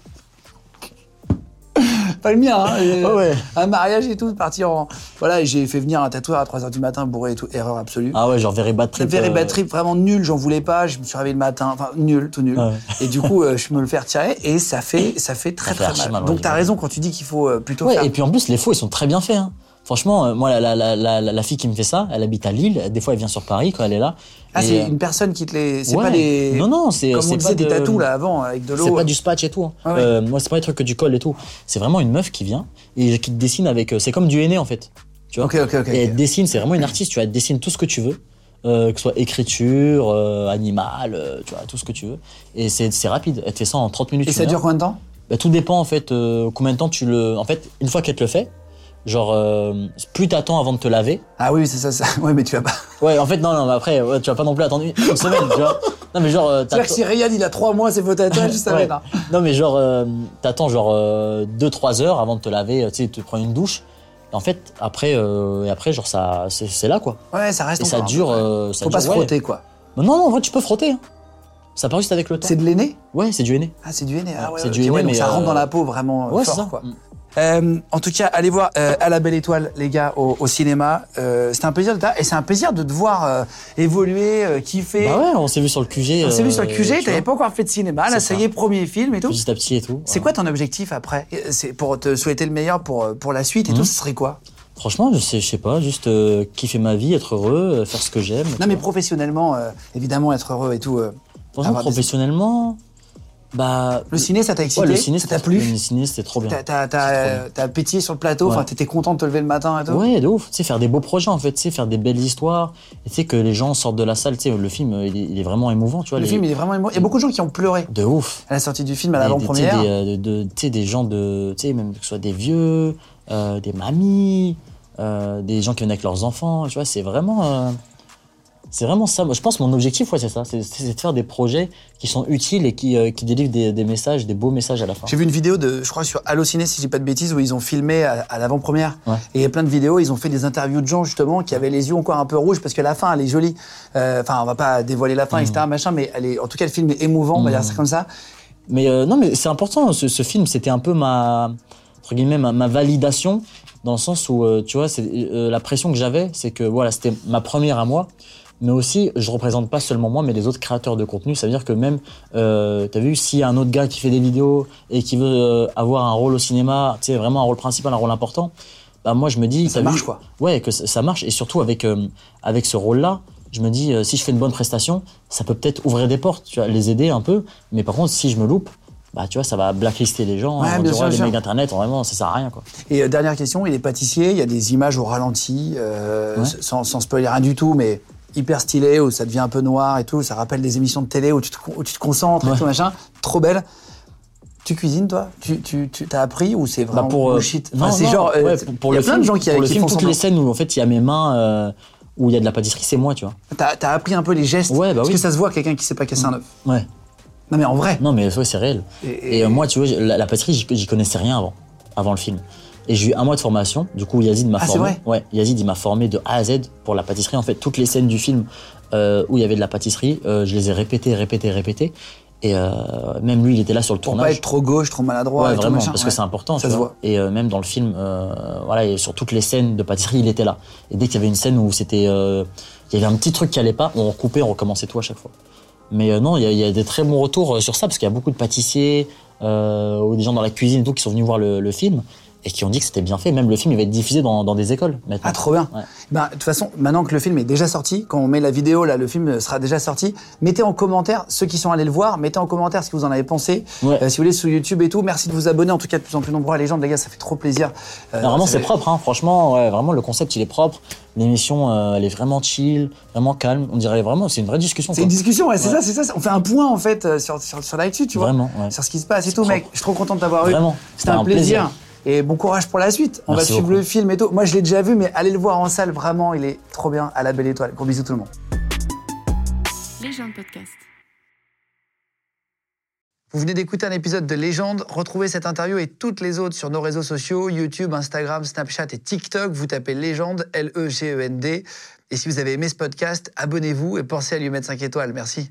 C: Pas le mien, hein. euh,
D: Ouais, ouais.
C: Un mariage et tout, parti en. Voilà, et j'ai fait venir un tatoueur à 3h du matin bourré et tout. Erreur absolue.
D: Ah ouais, genre, very bad trip.
C: Very
D: euh,
C: bad bah, trip, vraiment nul, j'en voulais pas, je me suis réveillé le matin, enfin nul, tout nul.
D: Ah, Ouais.
C: Et du coup, euh, je me le fais retirer et ça fait, ça fait très
D: Ça fait
C: très
D: archi
C: mal.
D: mal, ouais,
C: Donc t'as
D: j'imagine.
C: raison quand tu dis qu'il faut euh, plutôt faire.
D: Ouais, et puis en plus, les faux, ils sont très bien faits. Hein. Franchement, euh, moi, la, la, la, la, la fille qui me fait ça, elle habite à Lille. Des fois, elle vient sur Paris quand elle est là.
C: ah,
D: Et,
C: c'est
D: euh,
C: une personne qui te les. C'est
D: ouais.
C: pas des.
D: Non, non, c'est
C: Comme
D: c'est
C: on
D: pas
C: disait des
D: de-
C: tatous là avant avec de l'eau.
D: C'est pas du spatch et tout. hein.
C: Ah ouais.
D: Euh, moi, c'est pas des trucs que du col et tout. C'est vraiment une meuf qui vient et qui te dessine avec. euh, C'est comme du henné en fait. Tu vois
C: Ok, ok, ok,
D: Et elle
C: ok.
D: te dessine, c'est vraiment une artiste. Tu vois, elle te dessine tout ce que tu veux, euh, que ce soit écriture, euh, animal, euh, tu vois, tout ce que tu veux. Et c'est c'est rapide. Elle te fait ça en 30 minutes.
C: Et
D: une
C: ça
D: heure.
C: dure combien de temps
D: Bah, tout dépend en fait euh, combien de temps tu le. En fait, une fois qu'elle te le fait, genre euh, plus t'attends avant de te laver.
C: Ah oui, c'est [laughs] ça, ça. Ouais, mais tu vas pas.
D: Ouais, en fait non, non, mais après ouais, tu vas pas non plus attendre une une semaine, tu vois. Non mais genre euh,
C: C'est-à-dire que si Riyad il a 3 mois, c'est faux [laughs]
D: [laughs]
C: tatouages, ça va
D: Ouais.
C: être, hein.
D: Non mais genre euh, t'attends genre 2-3 heures avant de te laver, euh, tu sais, te prends une douche. Et en fait après euh, et après genre ça c'est c'est là quoi.
C: Ouais, ça reste
D: Et ça
C: encore un peu.
D: dure. euh, ça
C: Faut pas
D: dure,
C: se
D: ouais.
C: frotter quoi.
D: Non non en vrai tu peux frotter. hein. Ça part juste avec le temps.
C: C'est de l'aîné
D: Ouais, c'est du E. aîné.
C: Ah, c'est du aîné. Ah, ouais,
D: c'est
C: ok,
D: du aîné,
C: ouais, donc
D: mais,
C: ça rentre
D: euh,
C: dans la peau vraiment euh,
D: ouais,
C: fort,
D: c'est ça.
C: quoi.
D: Mm.
C: Euh, en tout cas, allez voir euh, à la Belle Étoile, les gars, au, au cinéma. Euh, c'était un plaisir de t'a- et c'est un plaisir de te voir euh, évoluer, euh, kiffer.
D: Bah ouais, on s'est vu sur le QG.
C: On s'est vu sur le
D: euh,
C: QG,
D: tu
C: t'avais
D: vois,
C: pas encore fait de cinéma, là
D: C'est
C: ça
D: ça.
C: y est, premier film et tout.
D: Petit à petit et tout.
C: C'est
D: voilà.
C: quoi ton objectif après Euh, C'est pour te souhaiter le meilleur pour, euh, pour la suite et
D: Mm.
C: tout, ce serait quoi
D: Franchement, je sais, je sais pas, juste euh, kiffer ma vie, être heureux, euh, faire ce que j'aime.
C: Non mais professionnellement, euh, évidemment, être heureux et tout. euh,
D: Franchement,
C: avoir des-
D: professionnellement, bah.
C: Le ciné, ça t'a excité
D: ouais, le ciné,
C: Ça t'a
D: c'était-
C: plu
D: Le ciné, c'était trop bien.
C: T'as- T'as t'as,
D: C'est trop
C: euh, t'as pétillé sur le plateau,
D: Ouais.
C: enfin t'étais content de te lever le matin et tout
D: Ouais, de ouf. Tu sais, faire des beaux projets, en fait, tu sais, faire des belles histoires. Et tu sais, que les gens sortent de la salle, tu sais, le film, euh, il est, il est vraiment émouvant, tu vois.
C: Le
D: les-
C: film, il est vraiment émouvant. Il y a beaucoup de gens qui ont pleuré
D: De ouf.
C: à la sortie du film, à
D: Des- des- tu sais,
C: l'avant-première.
D: Des, euh, de- tu sais, des gens de. Tu sais, même que ce soit des vieux, euh, des mamies, euh, des gens qui viennent avec leurs enfants, tu vois, c'est vraiment. euh, c'est vraiment ça. Moi, je pense que mon objectif, ouais, c'est ça. C'est c'est de faire des projets qui sont utiles et qui, euh, qui délivrent des, des messages, des beaux messages à la fin.
C: J'ai vu une vidéo de, je crois, sur Allociné, si je dis pas de bêtises, où ils ont filmé à, à l'avant-première.
D: Ouais.
C: Et il y a plein de vidéos, ils ont fait des interviews de gens, justement, qui avaient les yeux encore un peu rouges, parce que la fin, elle est jolie. Euh, Enfin, on va pas dévoiler
D: Mmh.
C: la fin, etc., machin, mais elle est, en tout cas, le film est émouvant, on va dire ça comme ça.
D: Mais euh, non, mais c'est important. Ce, ce film, c'était un peu ma entre guillemets ma, ma validation dans le sens où euh, tu vois, c'est euh, la pression que j'avais, c'est que voilà, c'était ma première à moi. Mais aussi, je représente pas seulement moi, mais les autres créateurs de contenu. Ça veut dire que même, euh, t'as vu, s'il y a un autre gars qui fait des vidéos et qui veut euh, avoir un rôle au cinéma, tu sais, vraiment un rôle principal, un rôle important, bah moi je me dis,
C: Ça
D: t'as
C: marche,
D: vu,
C: quoi.
D: Ouais, que ça ça marche. Et surtout avec, euh, avec ce rôle-là, je me dis, euh, si je fais une bonne prestation, ça peut peut-être ouvrir des portes, tu vois, les aider un peu. Mais par contre, si je me loupe, bah, tu vois, ça va blacklister les gens.
C: Ouais,
D: on
C: bien
D: dira,
C: sûr, bien
D: les
C: sûr.
D: mecs d'Internet, vraiment, ça sert à rien. Quoi.
C: Et euh, dernière question, il est pâtissier, il y a des images au ralenti, euh,
D: Ouais.
C: sans, sans spoiler rien du tout, mais hyper stylé, où ça devient un peu noir et tout, ça rappelle des émissions de télé où tu te, con- où tu te concentres et
D: Ouais.
C: tout, machin. Trop belle. Tu cuisines, toi Tu, tu, tu t'as appris ou c'est
D: Bah,
C: vraiment
D: pour, euh,
C: bullshit
D: non,
C: Enfin, c'est
D: non,
C: genre, euh,
D: ouais, pour, pour
C: il y a
D: le
C: plein
D: film,
C: de gens qui,
D: pour le
C: qui
D: film,
C: font
D: toutes
C: semblant.
D: les scènes où en fait il y a mes mains, euh, où il y a de la pâtisserie, c'est moi, tu vois.
C: T'as, t'as appris un peu les gestes
D: Ouais, bah
C: Parce
D: oui. Mm.
C: que ça se voit, quelqu'un qui sait pas casser un œuf.
D: Ouais.
C: Non, mais en vrai.
D: Non, mais ouais, c'est réel.
C: Et-
D: Et, euh, moi, tu vois, j'ai- la, la pâtisserie, j'y- j'y connaissais rien avant, avant le film. Et j'ai eu un mois de formation. Du coup, Yazid m'a
C: Ah, c'est
D: formé.
C: vrai
D: ouais, Yazid, il m'a formé de A à Z pour la pâtisserie. En fait, toutes les scènes du film euh, où il y avait de la pâtisserie, euh, je les ai répétées, répétées, répétées. Et euh, même lui, il était là sur le
C: Pour
D: tournage.
C: pas être trop gauche, trop maladroit.
D: Ouais,
C: et tout,
D: vraiment,
C: machin,
D: parce
C: ouais.
D: que c'est important.
C: Ça
D: tu
C: se
D: vois.
C: voit.
D: Et euh, même dans le film, euh, voilà, et sur toutes les scènes de pâtisserie, il était là. Et dès qu'il y avait une scène où c'était, euh, il y avait un petit truc qui allait pas, on recoupait, on recommençait tout à chaque fois. Mais euh, non, il y, a- il y a des très bons retours euh, sur ça, parce qu'il y a beaucoup de pâtissiers euh, ou des gens dans la cuisine et tout qui sont venus voir le, le film et qui ont dit que c'était bien fait. Même le film, il va être diffusé dans, dans des écoles maintenant.
C: Ah, trop bien.
D: Ouais.
C: Ben, de toute façon, maintenant que le film est déjà sorti, quand on met la vidéo, là, le film sera déjà sorti. Mettez en commentaire, ceux qui sont allés le voir, mettez en commentaire ce que vous en avez pensé.
D: Ouais.
C: Euh, si vous voulez, sur YouTube et tout. Merci de vous abonner. En tout cas, de plus en plus nombreux à les gens, les gars, ça fait trop plaisir. Euh,
D: Non, vraiment,
C: ça
D: c'est
C: fait-
D: propre, hein. franchement, ouais, vraiment, le concept, il est propre. L'émission, euh, elle est vraiment chill, vraiment calme. On dirait vraiment, c'est une vraie discussion.
C: C'est
D: quoi.
C: une discussion, ouais, c'est
D: Ouais.
C: ça, c'est ça. On fait un point, en fait, euh, sur, sur, sur l'actu, tu vois.
D: Vraiment, ouais.
C: Sur ce qui se passe et
D: C'est
C: tout, mec.
D: propre.
C: Je suis trop content de t'avoir eu.
D: Vraiment.
C: C'était un, plaisir. Et bon courage pour la suite. On
D: Merci
C: va suivre
D: beaucoup.
C: le film et tout. Moi, je l'ai déjà vu, mais allez le voir en salle, vraiment. Il est trop bien à la belle étoile. Gros bisous, tout le monde.
F: Les gens de podcast.
A: Vous venez d'écouter un épisode de Légende. Retrouvez cette interview et toutes les autres sur nos réseaux sociaux, YouTube, Instagram, Snapchat et TikTok. Vous tapez E Légende, L-E-G-E-N-D. Et si vous avez aimé ce podcast, abonnez-vous et pensez à lui mettre 5 étoiles. Merci.